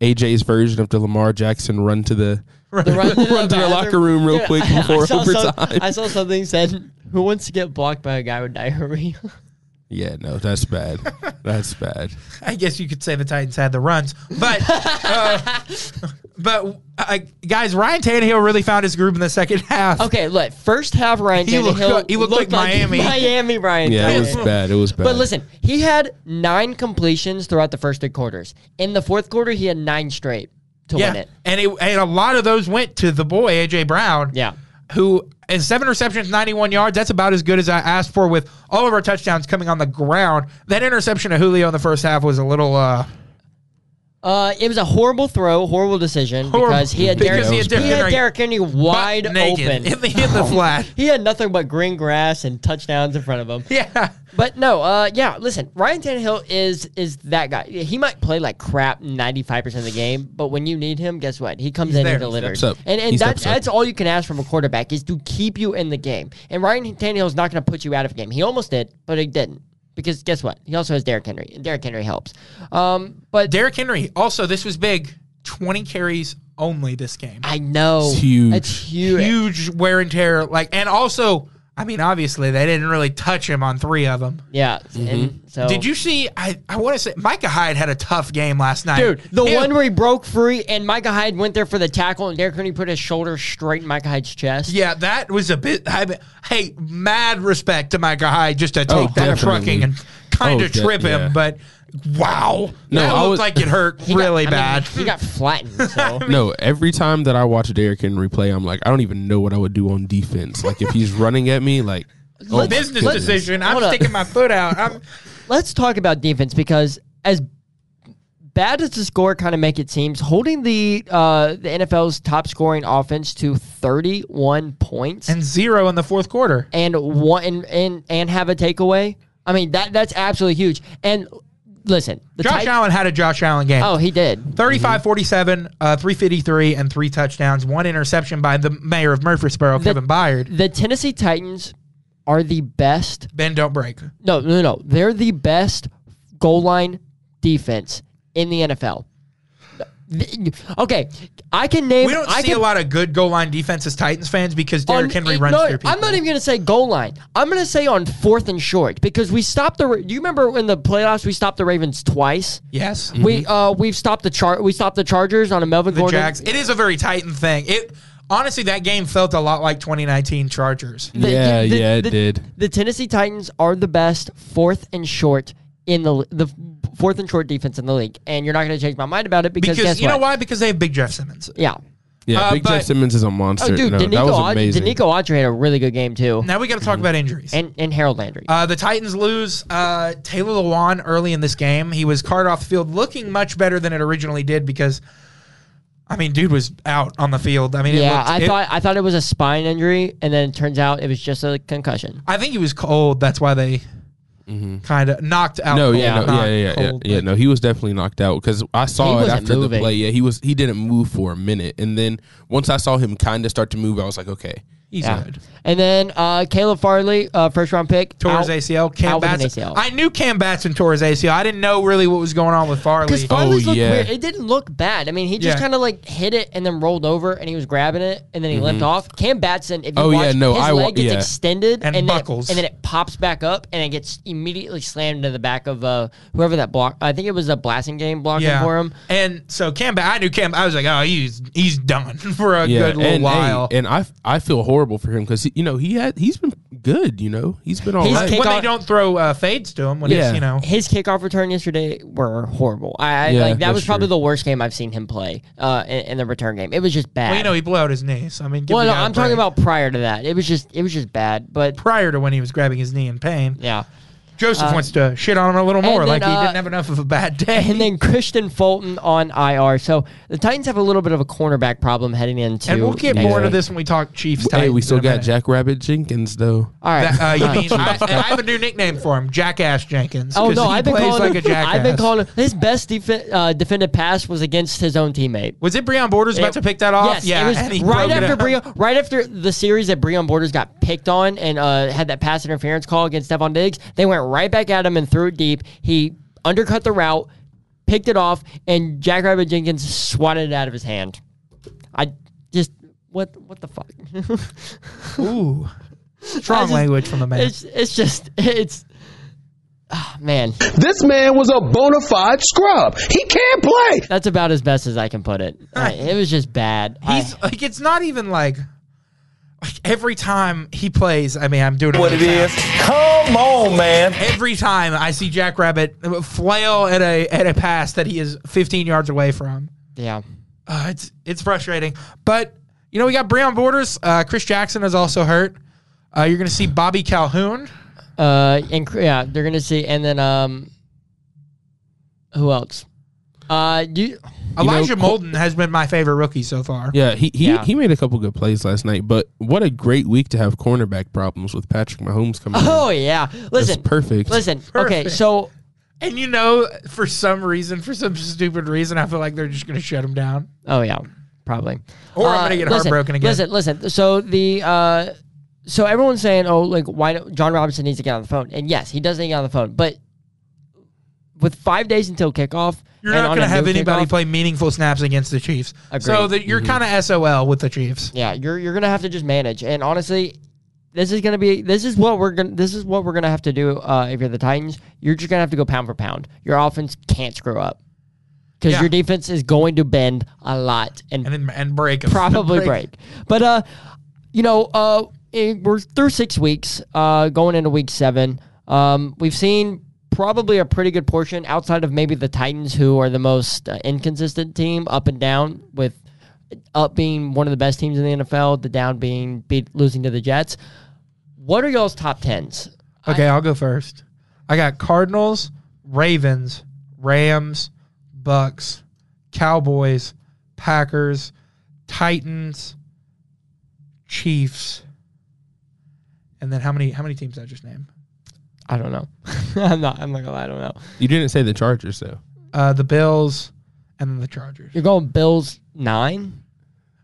[SPEAKER 3] AJ's version of the Lamar Jackson run to the
[SPEAKER 2] the [laughs] run, to the
[SPEAKER 3] Run to the
[SPEAKER 2] bathroom.
[SPEAKER 3] locker room real
[SPEAKER 2] [laughs]
[SPEAKER 3] quick before
[SPEAKER 2] saw
[SPEAKER 3] overtime.
[SPEAKER 2] I saw something said, "Who wants to get blocked by a guy with diarrhea?" [laughs]
[SPEAKER 3] Yeah, no, that's
[SPEAKER 1] [laughs]
[SPEAKER 3] bad. that's bad.
[SPEAKER 1] I guess you could say the Titans had the runs,
[SPEAKER 2] [laughs]
[SPEAKER 1] but uh, but uh, guys, Ryan Tannehill really found his groove in the second half.
[SPEAKER 2] okay, look. First half, Ryan
[SPEAKER 1] He looked-
[SPEAKER 2] Tannehill.
[SPEAKER 1] he looked like Miami.
[SPEAKER 2] [laughs] Miami Ryan.
[SPEAKER 1] [laughs]
[SPEAKER 3] Yeah, it was
[SPEAKER 2] Tannehill.
[SPEAKER 3] bad. It was bad.
[SPEAKER 2] But listen, he had nine completions throughout the first three quarters. In the fourth quarter, he had nine straight to win it.
[SPEAKER 1] And it, and a lot of those went to the boy AJ Brown.
[SPEAKER 2] Yeah.
[SPEAKER 1] Who in seven receptions, 91 yards. That's about as good as I asked for with all of our touchdowns coming on the ground. That interception of Julio in the first half was a little uh
[SPEAKER 2] Uh, it was a horrible throw, horrible decision
[SPEAKER 1] Horrible.
[SPEAKER 2] because he had
[SPEAKER 1] Because
[SPEAKER 2] Derrick,
[SPEAKER 1] he
[SPEAKER 2] he
[SPEAKER 1] had
[SPEAKER 2] had
[SPEAKER 1] Derrick Henry
[SPEAKER 2] Derrick Henry wide
[SPEAKER 1] butt naked
[SPEAKER 2] open.
[SPEAKER 1] in the in
[SPEAKER 2] [laughs]
[SPEAKER 1] the flat.
[SPEAKER 2] he had nothing but green grass and touchdowns in front of him.
[SPEAKER 1] Yeah.
[SPEAKER 2] But no, uh, yeah. Listen, Ryan Tannehill is is that guy. He might play like crap ninety five percent of the game, but when you need him, guess what? He comes in
[SPEAKER 1] there.
[SPEAKER 2] and delivers.
[SPEAKER 3] Steps up.
[SPEAKER 2] And
[SPEAKER 3] He
[SPEAKER 2] and that's
[SPEAKER 3] steps up.
[SPEAKER 2] that's all you can ask from a quarterback is to keep you in the game. And Ryan Tannehill's not going to put you out of the game. He almost did, but he didn't because guess what? He also has Derrick Henry, and Derrick Henry helps. Um, but
[SPEAKER 1] Derrick Henry, also this was big. 20 carries only this game.
[SPEAKER 2] I know
[SPEAKER 3] It's huge.
[SPEAKER 2] It's huge.
[SPEAKER 1] Huge wear and tear like and also I mean, obviously they didn't really touch him on three of them.
[SPEAKER 2] Yeah. And so
[SPEAKER 1] Did you see? I, I want to say Micah Hyde had a tough game last night,
[SPEAKER 2] Dude, the
[SPEAKER 1] Him-
[SPEAKER 2] one where he broke free and Micah Hyde went there for the tackle and Derrick Henry put his shoulder straight in Micah Hyde's chest.
[SPEAKER 1] Yeah, that was a bit. I, hey, mad respect to Micah Hyde just to take
[SPEAKER 3] Oh,
[SPEAKER 1] that
[SPEAKER 3] definitely.
[SPEAKER 1] trucking and kind
[SPEAKER 3] Oh,
[SPEAKER 1] of
[SPEAKER 3] de-
[SPEAKER 1] trip
[SPEAKER 3] yeah.
[SPEAKER 1] him, but wow,
[SPEAKER 3] No,
[SPEAKER 1] that
[SPEAKER 3] I
[SPEAKER 1] looked
[SPEAKER 3] was-
[SPEAKER 1] like it hurt
[SPEAKER 2] [laughs] He got-
[SPEAKER 1] really
[SPEAKER 2] I mean,
[SPEAKER 1] bad.
[SPEAKER 2] he got flattened. So
[SPEAKER 3] No, every time that I watch Derrick Henry play, I'm like, I don't even know what I would do on defense. Like if he's running at me, like oh my
[SPEAKER 1] Business
[SPEAKER 3] goodness.
[SPEAKER 1] decision. I'm
[SPEAKER 2] Hold up.
[SPEAKER 1] sticking my foot out.
[SPEAKER 2] [laughs]
[SPEAKER 1] I'm,
[SPEAKER 2] [laughs] let's talk about defense because as bad as the score kind of make it seems, holding the uh, the NFL's top scoring offense to 31 points and,
[SPEAKER 1] and zero in the fourth quarter.
[SPEAKER 2] one and, and and have a takeaway. I mean that that's absolutely huge. And listen, the
[SPEAKER 1] Josh
[SPEAKER 2] Tit-
[SPEAKER 1] Allen had a Josh Allen game.
[SPEAKER 2] Oh, he did.
[SPEAKER 1] 35 47, uh, 353, and three touchdowns, one interception by the mayor of Murfreesboro, Kevin Byard.
[SPEAKER 2] The Tennessee Titans are the best
[SPEAKER 1] Ben, don't break.
[SPEAKER 2] No, no, no. They're the best goal line defense in the NFL. Th- Okay, I can name.
[SPEAKER 1] We don't
[SPEAKER 2] I
[SPEAKER 1] see
[SPEAKER 2] can,
[SPEAKER 1] a lot of good goal line defense as Titans fans because Derrick
[SPEAKER 2] on-
[SPEAKER 1] Henry
[SPEAKER 2] it-
[SPEAKER 1] runs
[SPEAKER 2] no,
[SPEAKER 1] through people.
[SPEAKER 2] I'm not even going to say goal line. I'm going to say on fourth and short because we stopped the. Ra- Do you remember in the playoffs we stopped the Ravens twice?
[SPEAKER 1] yes.
[SPEAKER 3] Mm. Mm-hmm.
[SPEAKER 2] We uh we've stopped the char we stopped the Chargers on a Melvin
[SPEAKER 1] the
[SPEAKER 2] Gordon.
[SPEAKER 1] Jags. It is a very Titan thing. It honestly, that game felt a lot like 2019
[SPEAKER 3] Mm.
[SPEAKER 1] Chargers.
[SPEAKER 2] The-
[SPEAKER 3] Yeah,
[SPEAKER 2] the-
[SPEAKER 3] yeah, it
[SPEAKER 2] the-
[SPEAKER 3] did.
[SPEAKER 2] The Tennessee Titans are the best fourth and short in the the fourth and short defense in the league, and you're not going to change my mind about it because,
[SPEAKER 1] Because
[SPEAKER 2] guess
[SPEAKER 1] you know
[SPEAKER 2] what?
[SPEAKER 1] why? Because they have Big Jeff Simmons.
[SPEAKER 2] Yeah.
[SPEAKER 3] Yeah,
[SPEAKER 1] Uh,
[SPEAKER 3] Big Jeff
[SPEAKER 1] but-
[SPEAKER 3] Simmons is a monster.
[SPEAKER 2] Oh, dude,
[SPEAKER 3] no,
[SPEAKER 2] Danico,
[SPEAKER 3] that was
[SPEAKER 2] Aud-
[SPEAKER 3] amazing.
[SPEAKER 2] Danico Autry had a really good game too,
[SPEAKER 1] Now we got to
[SPEAKER 3] Mm-hmm.
[SPEAKER 1] talk about injuries.
[SPEAKER 2] and and Harold Landry.
[SPEAKER 1] Uh, the Titans lose uh, Taylor Lewan early in this game. He was carted off the field, looking much better than it originally did because, I mean, dude was out on the field. I mean, it
[SPEAKER 2] yeah,
[SPEAKER 1] looked-
[SPEAKER 2] I
[SPEAKER 1] it-
[SPEAKER 2] thought I thought it was a spine injury, and then it turns out it was just a concussion.
[SPEAKER 1] I think he was cold. That's why they kind of knocked out.
[SPEAKER 3] Mm-hmm. No,
[SPEAKER 1] cold,
[SPEAKER 3] yeah, no,
[SPEAKER 1] not
[SPEAKER 3] yeah, yeah, yeah,
[SPEAKER 1] cold,
[SPEAKER 3] yeah,
[SPEAKER 1] but-
[SPEAKER 3] No, he was definitely knocked out because I saw
[SPEAKER 2] He
[SPEAKER 3] it
[SPEAKER 2] wasn't
[SPEAKER 3] after the
[SPEAKER 2] moving.
[SPEAKER 3] play. Yeah, he was. He didn't move for a minute, and then once I saw him kind of start to move, I was like, okay,
[SPEAKER 1] He's
[SPEAKER 2] Yeah.
[SPEAKER 1] good.
[SPEAKER 2] And then uh, Caleb Farley, uh, first round pick,
[SPEAKER 1] Tore his
[SPEAKER 2] out.
[SPEAKER 1] ACL. Cam
[SPEAKER 2] out with an
[SPEAKER 1] Batson.
[SPEAKER 2] ACL.
[SPEAKER 1] I knew Cam Batson tore his ACL. I didn't know really what was going on with
[SPEAKER 2] Because
[SPEAKER 1] Farley.
[SPEAKER 2] Farley's
[SPEAKER 3] Oh,
[SPEAKER 2] looked
[SPEAKER 3] yeah.
[SPEAKER 2] weird. It didn't look bad. I mean, he just
[SPEAKER 1] Yeah.
[SPEAKER 2] kind of like hit it and then rolled over, and he was grabbing it, and then he limped off. Cam Batson, if you
[SPEAKER 3] Mm-hmm. Oh, yeah,
[SPEAKER 2] watch,
[SPEAKER 3] no,
[SPEAKER 2] his
[SPEAKER 3] I wa-
[SPEAKER 2] leg gets
[SPEAKER 3] yeah.
[SPEAKER 2] extended
[SPEAKER 1] And
[SPEAKER 2] then it-
[SPEAKER 1] buckles.
[SPEAKER 2] and then it pops back up, and it gets immediately slammed into the back of uh, whoever that block. I think it was a blasting game blocking
[SPEAKER 1] yeah.
[SPEAKER 2] for him.
[SPEAKER 1] And so Cam, Ba- I knew Cam. I was like, oh, he's he's done [laughs] for a
[SPEAKER 3] yeah,
[SPEAKER 1] good little
[SPEAKER 3] and, hey,
[SPEAKER 1] while.
[SPEAKER 3] and I, I feel horrible for him because you know he had he's been good. You know, he's been all
[SPEAKER 2] He's
[SPEAKER 3] right.
[SPEAKER 2] kick-
[SPEAKER 1] when they
[SPEAKER 2] on-
[SPEAKER 1] don't throw uh, fades to him, when
[SPEAKER 3] Yeah.
[SPEAKER 1] it's you know
[SPEAKER 2] his kickoff return yesterday were horrible. I, I
[SPEAKER 3] Yeah,
[SPEAKER 2] like that
[SPEAKER 3] that's
[SPEAKER 2] was probably
[SPEAKER 3] true.
[SPEAKER 2] the worst game I've seen him play uh, in, in the return game. It was just bad.
[SPEAKER 1] Well, you know, he blew out his knee. So I mean, give
[SPEAKER 2] Well,
[SPEAKER 1] the
[SPEAKER 2] no,
[SPEAKER 1] guy a
[SPEAKER 2] I'm talking
[SPEAKER 1] break.
[SPEAKER 2] about prior to that. It was just it was just bad. But
[SPEAKER 1] prior to when he was grabbing his knee in pain.
[SPEAKER 2] yeah. Uh,
[SPEAKER 1] Joseph wants to shit on him a little more,
[SPEAKER 2] then,
[SPEAKER 1] like he
[SPEAKER 2] uh,
[SPEAKER 1] didn't have enough of a bad day.
[SPEAKER 2] And then Christian Fulton on IR. So the Titans have a little bit of a cornerback problem heading into.
[SPEAKER 1] And we'll get
[SPEAKER 2] next
[SPEAKER 1] more into
[SPEAKER 2] week.
[SPEAKER 1] this when we talk Chiefs.
[SPEAKER 3] hey, we
[SPEAKER 1] Titans
[SPEAKER 3] still
[SPEAKER 1] in a
[SPEAKER 3] got
[SPEAKER 1] minute.
[SPEAKER 3] Jackrabbit Jenkins though.
[SPEAKER 2] All right.
[SPEAKER 1] That, uh, you
[SPEAKER 2] All
[SPEAKER 3] [laughs]
[SPEAKER 2] right.
[SPEAKER 1] mean I, and I have a new nickname for him, Jackass Jenkins.
[SPEAKER 2] Oh
[SPEAKER 1] 'cause he
[SPEAKER 2] no! I've been
[SPEAKER 1] plays
[SPEAKER 2] calling.
[SPEAKER 1] like a
[SPEAKER 2] him,
[SPEAKER 1] jackass.
[SPEAKER 2] I've been calling him. His best defen uh, defended pass was against his own teammate.
[SPEAKER 1] Was it Breon Borders about
[SPEAKER 2] It-
[SPEAKER 1] to pick that off?
[SPEAKER 2] Yes,
[SPEAKER 1] yeah,
[SPEAKER 2] it was
[SPEAKER 1] and he
[SPEAKER 2] right
[SPEAKER 1] broke it
[SPEAKER 2] after
[SPEAKER 1] up.
[SPEAKER 2] Breon, right after the series that Breon Borders got picked on and uh, had that pass interference call against Stephon Diggs. They went right back at him and threw it deep. He undercut the route, picked it off, and Jackrabbit Jenkins swatted it out of his hand. I just what what the fuck? [laughs]
[SPEAKER 1] Ooh,
[SPEAKER 2] I
[SPEAKER 1] strong
[SPEAKER 2] just-
[SPEAKER 1] language from a man.
[SPEAKER 2] It's it's just it's ah, man.
[SPEAKER 5] This man was a bona fide scrub. He can't play.
[SPEAKER 2] That's about as best as I can put it. I- it was just bad. I-
[SPEAKER 1] He's like, it's not even like, like every time he plays. I mean, I'm doing it
[SPEAKER 6] what it
[SPEAKER 1] right now.
[SPEAKER 6] is. Come on, man.
[SPEAKER 1] Every time I see Jackrabbit flail at a at a pass that he is 15 yards away from,
[SPEAKER 2] yeah.
[SPEAKER 1] uh, it's it's frustrating. But you know we got Breon Borders. Uh, Chris Jackson is also hurt. Uh, you're going to see Bobby Calhoun.
[SPEAKER 2] Uh, and cr- yeah, they're gonna see, and then um, who else? Uh, you
[SPEAKER 1] Elijah
[SPEAKER 3] Col-
[SPEAKER 1] Molden has been my favorite rookie so far.
[SPEAKER 3] Yeah, he he,
[SPEAKER 2] Yeah.
[SPEAKER 3] he made a couple good plays last night, but what a great week to have cornerback problems with Patrick Mahomes coming. in.
[SPEAKER 2] oh yeah,
[SPEAKER 3] That's
[SPEAKER 2] listen,
[SPEAKER 3] perfect.
[SPEAKER 2] listen, okay,
[SPEAKER 1] Perfect.
[SPEAKER 2] so
[SPEAKER 1] And you know, for some reason, for some stupid reason, I feel like they're just going to shut him down.
[SPEAKER 2] oh yeah, probably.
[SPEAKER 1] Or I'm
[SPEAKER 2] Uh,
[SPEAKER 1] gonna get
[SPEAKER 2] listen,
[SPEAKER 1] heartbroken again.
[SPEAKER 2] Listen, listen. So the uh, so everyone's saying, oh, like why don't, John Robinson needs to get on the phone, and yes, he does need to get on the phone, but with five days until kickoff,
[SPEAKER 1] You're
[SPEAKER 2] and
[SPEAKER 1] not
[SPEAKER 2] on
[SPEAKER 1] going to
[SPEAKER 2] a
[SPEAKER 1] have
[SPEAKER 2] no
[SPEAKER 1] anybody
[SPEAKER 2] kickoff-
[SPEAKER 1] play meaningful snaps against the Chiefs. So
[SPEAKER 2] Agreed.
[SPEAKER 1] Mm-hmm. that you're kind of SOL with the Chiefs.
[SPEAKER 2] Yeah, you're you're gonna have to just manage, and honestly, This is gonna be. This is what we're gonna. This is what we're gonna have to do. Uh, if you're the Titans, you're just gonna have to go pound for pound. Your offense can't screw up because
[SPEAKER 1] Yeah.
[SPEAKER 2] your defense is going to bend a lot and,
[SPEAKER 1] and then and break 'em.
[SPEAKER 2] probably break. But uh, you know, uh, eh, we're through six weeks, uh, going into week seven. Um, we've seen probably a pretty good portion outside of maybe the Titans, who are the most uh, inconsistent team, up and down with up being one of the best teams in the NFL, the down being beat, losing to the Jets. What are y'all's top tens?
[SPEAKER 1] Okay, I'll go first. I got Cardinals, Ravens, Rams, Bucks, Cowboys, Packers, Titans, Chiefs. And then how many how many teams did I just name?
[SPEAKER 2] I don't know. [laughs] I'm not. I'm not gonna lie. I don't know.
[SPEAKER 3] You didn't say the Chargers though.
[SPEAKER 1] Uh, the Bills and then the Chargers.
[SPEAKER 2] You're going Bills nine.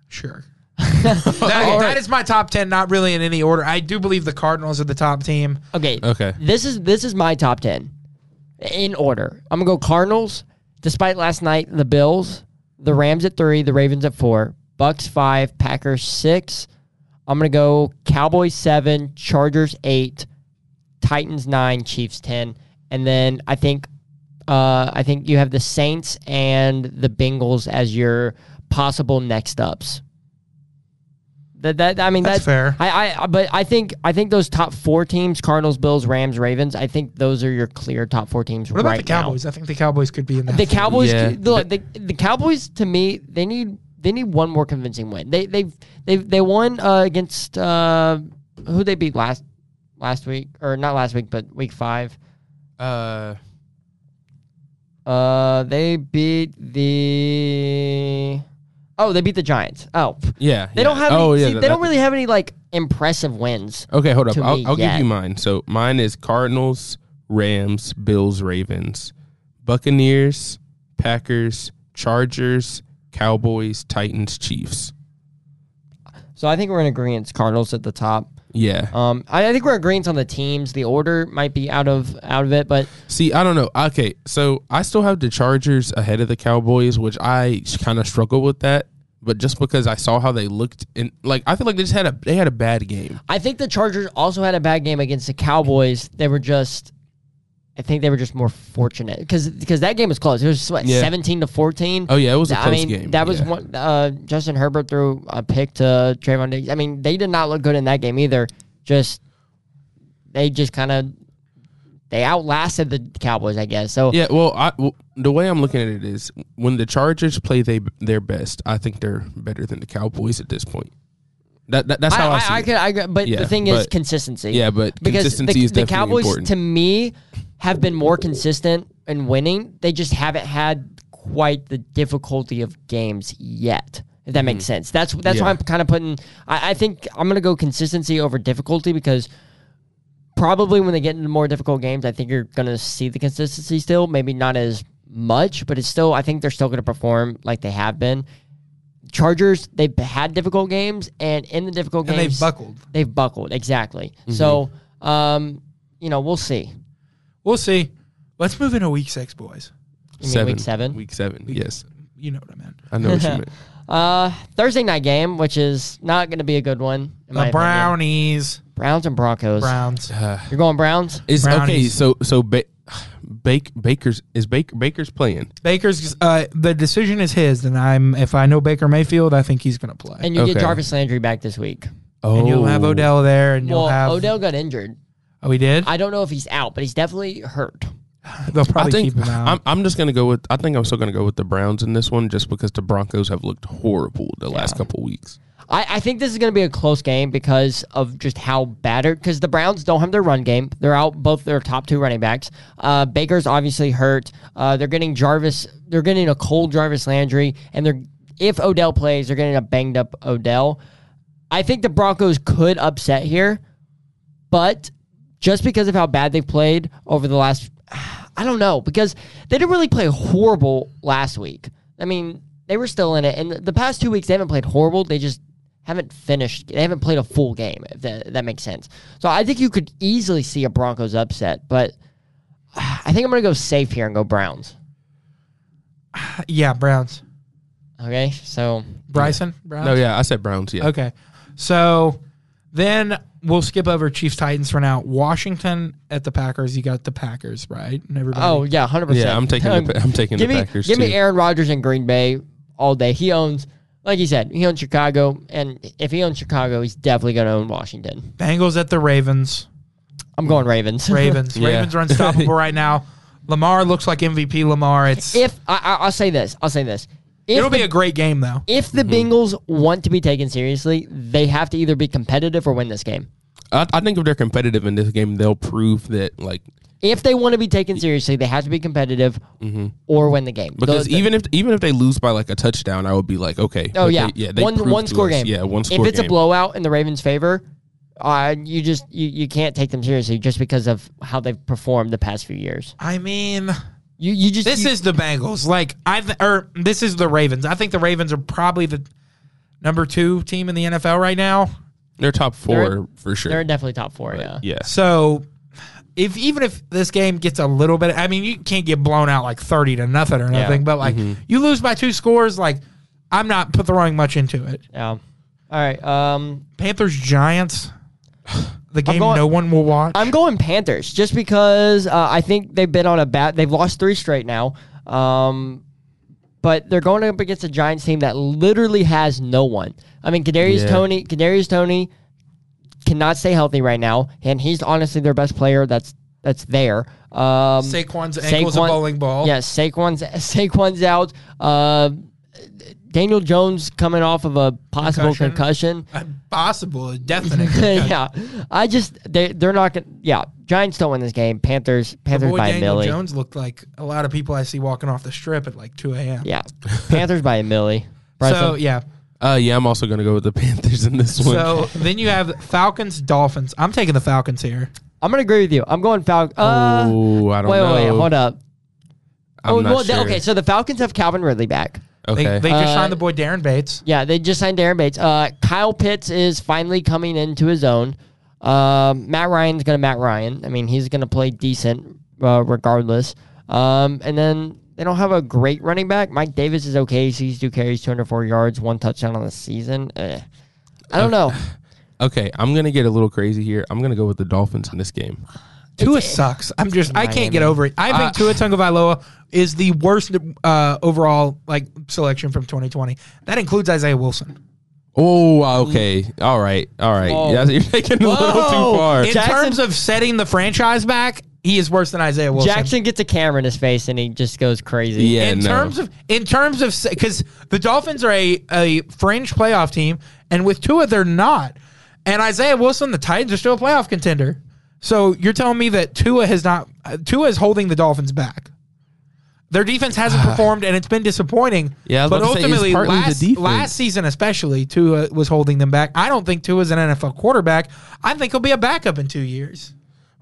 [SPEAKER 1] Sure. That- that is my top ten, not really in any order. I do believe the Cardinals are the top team.
[SPEAKER 2] Okay.
[SPEAKER 3] Okay.
[SPEAKER 2] This is this is my top ten in order. I'm gonna go Cardinals, despite last night, the Bills, the Rams at three, the Ravens at four, Bucks five, Packers six. I'm gonna go Cowboys seven, Chargers eight, Titans nine, Chiefs ten, and then I think uh, I think you have the Saints and the Bengals as your possible next ups. That, that I mean
[SPEAKER 1] That's fair.
[SPEAKER 2] I, I but I think I think those top four teams Cardinals Bills Rams Ravens I think those are your clear top four teams
[SPEAKER 1] What about
[SPEAKER 2] right
[SPEAKER 1] the Cowboys? I think the Cowboys could be in
[SPEAKER 2] now.
[SPEAKER 1] that.
[SPEAKER 2] The
[SPEAKER 1] fold.
[SPEAKER 2] Cowboys
[SPEAKER 3] Yeah.
[SPEAKER 2] look the, the Cowboys to me they need they need one more convincing win. They they they they won uh, against uh, who they beat last last week or not last week but week five.
[SPEAKER 3] Uh,
[SPEAKER 2] Uh, they beat the oh they beat the Giants. Oh.
[SPEAKER 3] yeah.
[SPEAKER 2] They don't
[SPEAKER 3] yeah.
[SPEAKER 2] have.
[SPEAKER 3] Oh
[SPEAKER 2] any,
[SPEAKER 3] yeah.
[SPEAKER 2] see,
[SPEAKER 3] that-
[SPEAKER 2] they don't
[SPEAKER 3] that-
[SPEAKER 2] really have any like impressive wins.
[SPEAKER 3] Okay, hold up.
[SPEAKER 2] to
[SPEAKER 3] I'll,
[SPEAKER 2] me
[SPEAKER 3] I'll give
[SPEAKER 2] yet.
[SPEAKER 3] you mine. So mine is Cardinals, Rams, Bills, Ravens, Buccaneers, Packers, Chargers, Cowboys, Titans, Chiefs.
[SPEAKER 2] So I think we're in agreement. Cardinals at the top.
[SPEAKER 3] Yeah.
[SPEAKER 2] Um, I, I think we're in agreement on the teams. The order might be out of out of it, but
[SPEAKER 3] See, I don't know. Okay, so I still have the Chargers ahead of the Cowboys, which I kind of struggle with that. But just because I saw how they looked, and like I feel like they just had a they had a bad game.
[SPEAKER 2] I think the Chargers also had a bad game against the Cowboys. They were just, I think they were just more fortunate because that game was close. It was what
[SPEAKER 3] Yeah.
[SPEAKER 2] seventeen to fourteen.
[SPEAKER 3] Oh yeah, it was a
[SPEAKER 2] I
[SPEAKER 3] close
[SPEAKER 2] mean,
[SPEAKER 3] game.
[SPEAKER 2] that was
[SPEAKER 3] Yeah.
[SPEAKER 2] one. Uh, Justin Herbert threw a pick to Trayvon Diggs. I mean, they did not look good in that game either. Just they just kind of they outlasted the Cowboys, I guess. So
[SPEAKER 3] Yeah, well, I well, the way I'm looking at it is when the Chargers play they their best, I think they're better than the Cowboys at this point. That, that that's
[SPEAKER 2] I,
[SPEAKER 3] how I,
[SPEAKER 2] I,
[SPEAKER 3] see
[SPEAKER 2] I
[SPEAKER 3] it.
[SPEAKER 2] could, I could, but
[SPEAKER 3] Yeah,
[SPEAKER 2] the thing is
[SPEAKER 3] but-
[SPEAKER 2] consistency.
[SPEAKER 3] Yeah, but
[SPEAKER 2] because
[SPEAKER 3] consistency
[SPEAKER 2] the,
[SPEAKER 3] is
[SPEAKER 2] the
[SPEAKER 3] definitely
[SPEAKER 2] Cowboys
[SPEAKER 3] important.
[SPEAKER 2] to me have been more consistent in winning. They just haven't had quite the difficulty of games yet. If that makes sense, that's that's why
[SPEAKER 3] Hmm.
[SPEAKER 2] I'm
[SPEAKER 3] Yeah.
[SPEAKER 2] kind of putting. I, I think I'm gonna go consistency over difficulty because probably when they get into more difficult games, I think you're gonna see the consistency still. Maybe not as much, but it's still. I think they're still gonna perform like they have been. Chargers, they've had difficult games, and in the difficult
[SPEAKER 1] and
[SPEAKER 2] games,
[SPEAKER 1] they've buckled.
[SPEAKER 2] They've buckled exactly.
[SPEAKER 3] Mm-hmm.
[SPEAKER 2] So, um, you know, we'll see.
[SPEAKER 1] We'll see. Let's move into Week Six, boys.
[SPEAKER 2] You mean week seven?
[SPEAKER 3] Week seven. Yes,
[SPEAKER 1] You know what I meant.
[SPEAKER 3] I know what
[SPEAKER 1] [laughs]
[SPEAKER 3] you meant.
[SPEAKER 2] Uh, Thursday night game, which is not going to be a good one. in my
[SPEAKER 1] The
[SPEAKER 2] opinion.
[SPEAKER 1] Brownies,
[SPEAKER 2] Browns and Broncos.
[SPEAKER 1] Browns.
[SPEAKER 2] You're going Browns.
[SPEAKER 3] Is okay.
[SPEAKER 1] Brownies.
[SPEAKER 3] So so ba- Bake Baker's is Baker Baker's playing.
[SPEAKER 1] [laughs] Baker's uh, the decision is his, and I'm if I know Baker Mayfield, I think he's gonna play. And,
[SPEAKER 2] And you get
[SPEAKER 3] Okay.
[SPEAKER 2] Jarvis Landry back this week.
[SPEAKER 3] Oh,
[SPEAKER 1] you'll have Odell there, and you'll
[SPEAKER 2] well,
[SPEAKER 1] have
[SPEAKER 2] Odell got injured.
[SPEAKER 1] Oh, he did.
[SPEAKER 2] I don't know if he's out, but he's definitely hurt.
[SPEAKER 1] They'll
[SPEAKER 3] I
[SPEAKER 1] probably
[SPEAKER 3] think
[SPEAKER 1] keep him out.
[SPEAKER 3] I'm, I'm just gonna go with. I think I'm still gonna go with the Browns in this one, just because the Broncos have looked horrible the last couple weeks.
[SPEAKER 2] I, I think this is going to be a close game because of just how battered. Because the Browns don't have their run game; they're out both their top two running backs. Uh, Baker's obviously hurt. Uh, they're getting Jarvis. They're getting a cold Jarvis Landry, and they're if Odell plays, they're getting a banged up Odell. I think the Broncos could upset here, but just because of how bad they've played over the last, I don't know, because they didn't really play horrible last week. I mean, they were still in it, and the past two weeks they haven't played horrible. They just haven't finished. They haven't played a full game. If that, that makes sense. So I think you could easily see a Broncos upset, but I think I'm gonna go safe here and go Browns.
[SPEAKER 1] yeah, Browns.
[SPEAKER 2] Okay, so
[SPEAKER 1] Bryson. Browns.
[SPEAKER 3] No, yeah, I said Browns. Yeah,
[SPEAKER 1] Okay, so Then we'll skip over Chiefs Titans for now. Washington at the Packers. You got the Packers, right? And everybody.
[SPEAKER 2] Oh yeah, hundred percent.
[SPEAKER 3] Yeah, I'm taking the Pa- I'm taking the
[SPEAKER 2] give me,
[SPEAKER 3] Packers,
[SPEAKER 2] Give me
[SPEAKER 3] too.
[SPEAKER 2] Aaron Rodgers and Green Bay all day. He owns, like he said, he owns Chicago, and if he owns Chicago, he's definitely going to own Washington.
[SPEAKER 1] Bengals at the Ravens.
[SPEAKER 2] I'm going Ravens.
[SPEAKER 1] Ravens.
[SPEAKER 3] Yeah.
[SPEAKER 1] Ravens are unstoppable right now. Lamar looks like MVP Lamar. It's
[SPEAKER 2] [laughs] if I, I, I'll say this, I'll say this. If
[SPEAKER 1] it'll
[SPEAKER 2] the,
[SPEAKER 1] be a great game though.
[SPEAKER 2] if
[SPEAKER 3] Mm-hmm.
[SPEAKER 2] the Bengals want to be taken seriously, they have to either be competitive or win this game.
[SPEAKER 3] I, I think if they're competitive in this game, they'll prove that like
[SPEAKER 2] If they want to be taken seriously, they have to be competitive or win the game.
[SPEAKER 3] Mm-hmm. because
[SPEAKER 2] Those-
[SPEAKER 3] even if even if they lose by like a touchdown, I would be like, okay,
[SPEAKER 2] Oh
[SPEAKER 3] like,
[SPEAKER 2] yeah,
[SPEAKER 3] they, yeah, they
[SPEAKER 2] one
[SPEAKER 3] proved
[SPEAKER 2] one
[SPEAKER 3] to
[SPEAKER 2] score
[SPEAKER 3] us.
[SPEAKER 2] game.
[SPEAKER 3] yeah, one score.
[SPEAKER 2] If it's
[SPEAKER 3] game.
[SPEAKER 2] a blowout in the Ravens' favor, uh, you just you, you can't take them seriously just because of how they've performed the past few years.
[SPEAKER 1] I mean,
[SPEAKER 2] You you just
[SPEAKER 1] this
[SPEAKER 2] you-
[SPEAKER 1] is the Bengals. Like I th- or this is the Ravens. I think the Ravens are probably the number two team in the NFL right now.
[SPEAKER 3] they're top 4
[SPEAKER 2] They're-
[SPEAKER 3] for sure.
[SPEAKER 2] they're definitely top four. Yeah,
[SPEAKER 3] yeah,
[SPEAKER 1] So if even if this game gets a little bit, I mean, you can't get blown out like thirty to nothing or nothing. But like
[SPEAKER 2] Mm-hmm.
[SPEAKER 1] you lose by two scores, like I'm not put throwing much into it.
[SPEAKER 2] yeah. All right. Um,
[SPEAKER 1] Panthers Giants, the game
[SPEAKER 2] going-
[SPEAKER 1] no one will watch.
[SPEAKER 2] I'm going Panthers just because uh, I think they've been on a bat. They've lost three straight now. Um, but they're going up against a Giants team that literally has no one. I mean, Kadarius
[SPEAKER 3] Yeah.
[SPEAKER 2] Tony, Kadarius Tony cannot stay healthy right now, and he's honestly their best player. That's that's there. Um,
[SPEAKER 1] Saquon's ankle's a bowling ball.
[SPEAKER 2] Yes, Saquon's [laughs] Saquon's out. Uh, Daniel Jones coming off of a possible concussion.
[SPEAKER 1] Possible,
[SPEAKER 2] [laughs]
[SPEAKER 1] definite.
[SPEAKER 3] [laughs]
[SPEAKER 2] yeah, I just they they're not gonna. Yeah, Giants don't win this game. Panthers Panthers
[SPEAKER 1] Boy,
[SPEAKER 2] by
[SPEAKER 1] Daniel
[SPEAKER 2] a milli.
[SPEAKER 1] Jones looked like a lot of people I see walking off the strip at like 2 a.m.
[SPEAKER 2] Yeah, Panthers by a
[SPEAKER 3] [laughs]
[SPEAKER 2] milli.
[SPEAKER 1] So
[SPEAKER 2] Bryson?
[SPEAKER 1] yeah.
[SPEAKER 3] uh, yeah. I'm also gonna go with the [laughs] Panthers in this one.
[SPEAKER 1] So then you have Falcons, Dolphins. I'm taking the Falcons here.
[SPEAKER 2] I'm gonna agree with you. I'm going Falcons. Uh,
[SPEAKER 3] oh, I don't
[SPEAKER 2] wait,
[SPEAKER 3] know.
[SPEAKER 2] wait, wait, hold up.
[SPEAKER 3] I'm
[SPEAKER 2] oh,
[SPEAKER 3] not
[SPEAKER 2] well, they-
[SPEAKER 3] sure.
[SPEAKER 2] okay. So the Falcons have Calvin Ridley back.
[SPEAKER 1] They,
[SPEAKER 3] okay.
[SPEAKER 1] they just
[SPEAKER 2] Uh,
[SPEAKER 1] signed the boy Darren Bates.
[SPEAKER 2] Yeah, they just signed Darren Bates. Uh, Kyle Pitts is finally coming into his own. Um Matt Ryan's gonna Matt Ryan. I mean, he's gonna play decent uh, regardless. Um, and then they don't have a great running back. Mike Davis is okay. He's two carries, 204 yards, one touchdown on the season. Eh. I don't
[SPEAKER 3] [laughs]
[SPEAKER 2] know.
[SPEAKER 3] okay, I'm gonna get a little crazy here. I'm gonna go with the Dolphins in this game.
[SPEAKER 1] Tua sucks. I'm just I can't get
[SPEAKER 2] Miami.
[SPEAKER 1] over it. I think Tua Tagovailoa is the worst uh, overall like selection from 2020. That includes Isaiah Wilson.
[SPEAKER 3] Oh, okay. All right. All right.
[SPEAKER 2] Whoa.
[SPEAKER 3] Yeah, you're taking it a little
[SPEAKER 2] Whoa.
[SPEAKER 3] too far.
[SPEAKER 1] In
[SPEAKER 2] Jackson-
[SPEAKER 1] terms of setting the franchise back, he is worse than Isaiah Wilson.
[SPEAKER 2] Jackson gets a camera in his face and he just goes crazy.
[SPEAKER 3] Yeah.
[SPEAKER 1] in
[SPEAKER 3] no.
[SPEAKER 1] terms of in terms of because the Dolphins are a, a fringe playoff team, and with Tua they're not. And Isaiah Wilson, the Titans are still a playoff contender. So you're telling me that Tua has not uh, Tua is holding the Dolphins back. Their defense
[SPEAKER 3] [sighs]
[SPEAKER 1] hasn't performed, and it's been disappointing.
[SPEAKER 3] Yeah, I was
[SPEAKER 1] but
[SPEAKER 3] about to say, it's
[SPEAKER 1] ultimately,
[SPEAKER 3] partly the
[SPEAKER 1] last,
[SPEAKER 3] defense.
[SPEAKER 1] last season especially, Tua was holding them back. I don't think Tua is an NFL quarterback. I think he'll be a backup in two years.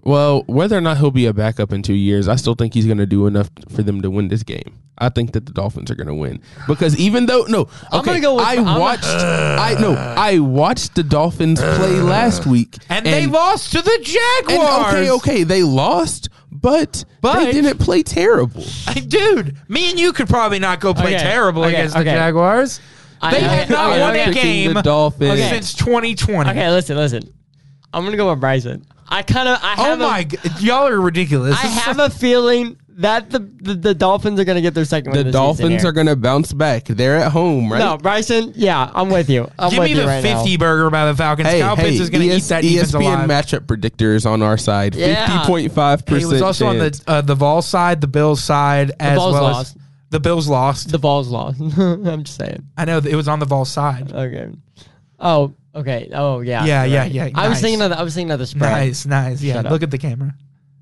[SPEAKER 3] Well, whether or not he'll be a backup in two years, I still think he's going to do enough for them to win this game. I think that the Dolphins are going to win because even though no, okay,
[SPEAKER 2] I'm gonna go with-
[SPEAKER 3] I
[SPEAKER 2] I'm-
[SPEAKER 3] watched, I no, I watched the Dolphins play last week,
[SPEAKER 1] And, they lost to the
[SPEAKER 3] and
[SPEAKER 1] Jaguars.
[SPEAKER 3] okay, okay, they lost, but,
[SPEAKER 1] But-
[SPEAKER 3] they didn't play terrible.
[SPEAKER 1] Hey, Dude, me and you could probably not go play
[SPEAKER 2] Okay,
[SPEAKER 1] terrible
[SPEAKER 2] okay,
[SPEAKER 1] against the
[SPEAKER 2] okay.
[SPEAKER 1] Jaguars.
[SPEAKER 2] I-
[SPEAKER 1] They
[SPEAKER 2] okay,
[SPEAKER 1] have not
[SPEAKER 2] okay,
[SPEAKER 1] won
[SPEAKER 2] okay.
[SPEAKER 1] a game
[SPEAKER 3] The Dolphins.
[SPEAKER 2] Okay.
[SPEAKER 1] since 2020.
[SPEAKER 2] Okay, listen, listen. I'm gonna go with Bryson. I kind of I
[SPEAKER 1] Oh
[SPEAKER 2] have
[SPEAKER 1] my,
[SPEAKER 2] a,
[SPEAKER 1] g- y'all are ridiculous.
[SPEAKER 2] I have a feeling that the, the the Dolphins are gonna get their second. win
[SPEAKER 3] The
[SPEAKER 2] of season
[SPEAKER 3] Dolphins
[SPEAKER 2] here.
[SPEAKER 3] are going to bounce back. They're at home, right?
[SPEAKER 2] No, Bryson. Yeah, I'm with you. I'm
[SPEAKER 1] Give
[SPEAKER 2] with
[SPEAKER 1] me
[SPEAKER 2] you
[SPEAKER 1] the
[SPEAKER 2] right
[SPEAKER 1] 50
[SPEAKER 2] now.
[SPEAKER 1] burger by the Falcons.
[SPEAKER 3] Hey,
[SPEAKER 1] Kyle Pitts
[SPEAKER 3] hey, E
[SPEAKER 1] is going to eat
[SPEAKER 3] ES-
[SPEAKER 1] that defense
[SPEAKER 3] ESPN
[SPEAKER 1] alive.
[SPEAKER 3] matchup predictor is on our side.
[SPEAKER 2] Yeah.
[SPEAKER 3] Fifty point five
[SPEAKER 1] He
[SPEAKER 3] percent.
[SPEAKER 1] was also on the uh, the Vol side, the Bills side, as
[SPEAKER 2] Vols
[SPEAKER 1] well
[SPEAKER 2] lost.
[SPEAKER 1] as the Bills lost. [laughs]
[SPEAKER 2] The ball's lost. I'm just saying.
[SPEAKER 1] I know that it was on the Vol side.
[SPEAKER 2] Okay. Oh. Okay. Oh yeah.
[SPEAKER 1] Yeah,
[SPEAKER 2] you're
[SPEAKER 1] yeah,
[SPEAKER 2] right.
[SPEAKER 1] yeah.
[SPEAKER 2] I was
[SPEAKER 1] Nice.
[SPEAKER 2] thinking of the, I was thinking of the spread.
[SPEAKER 1] Nice, nice. Yeah,
[SPEAKER 2] Shut up.
[SPEAKER 1] look at the camera.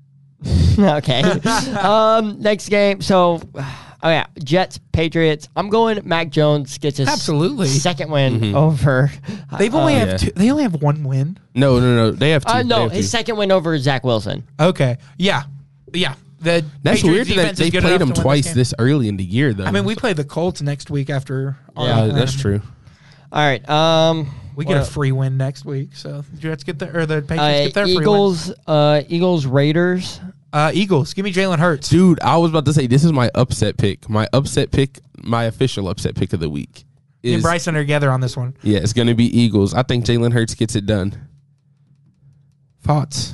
[SPEAKER 2] [laughs]
[SPEAKER 1] [laughs]
[SPEAKER 2] okay. um. Next game. So. [sighs] Oh yeah. Jets. Patriots. I'm going. Mac Jones gets his
[SPEAKER 1] Absolutely. Mm-hmm.
[SPEAKER 2] second win over.
[SPEAKER 1] They've only
[SPEAKER 2] uh,
[SPEAKER 1] have
[SPEAKER 3] yeah.
[SPEAKER 1] two, they only have one win.
[SPEAKER 3] no, no, no. They have two.
[SPEAKER 2] Uh,
[SPEAKER 3] They
[SPEAKER 2] no,
[SPEAKER 3] have two.
[SPEAKER 2] his second win over Zach Wilson.
[SPEAKER 1] Okay, yeah, yeah. The Patriots
[SPEAKER 3] That's weird that
[SPEAKER 1] defense is
[SPEAKER 3] they
[SPEAKER 1] good
[SPEAKER 3] played
[SPEAKER 1] enough
[SPEAKER 3] him
[SPEAKER 1] to win
[SPEAKER 3] twice
[SPEAKER 1] game.
[SPEAKER 3] this, early in the year, though.
[SPEAKER 1] I mean, we play the Colts next week after. our-
[SPEAKER 3] yeah, that's
[SPEAKER 1] um,
[SPEAKER 3] true.
[SPEAKER 2] All right. Um.
[SPEAKER 1] We get a
[SPEAKER 2] what-
[SPEAKER 1] free win next week, so the Jets get their or the Patriots
[SPEAKER 2] uh,
[SPEAKER 1] get their
[SPEAKER 2] Eagles. Uh. Eagles. Raiders.
[SPEAKER 1] free win. Uh, Eagles, give me Jalen Hurts.
[SPEAKER 3] Dude, I was about to say this is my upset pick. My upset pick, my official upset pick of the week
[SPEAKER 1] Me and
[SPEAKER 3] is
[SPEAKER 1] Bryson are together on this one.
[SPEAKER 3] yeah, it's gonna be Eagles. I think Jalen Hurts gets it done.
[SPEAKER 1] Thoughts?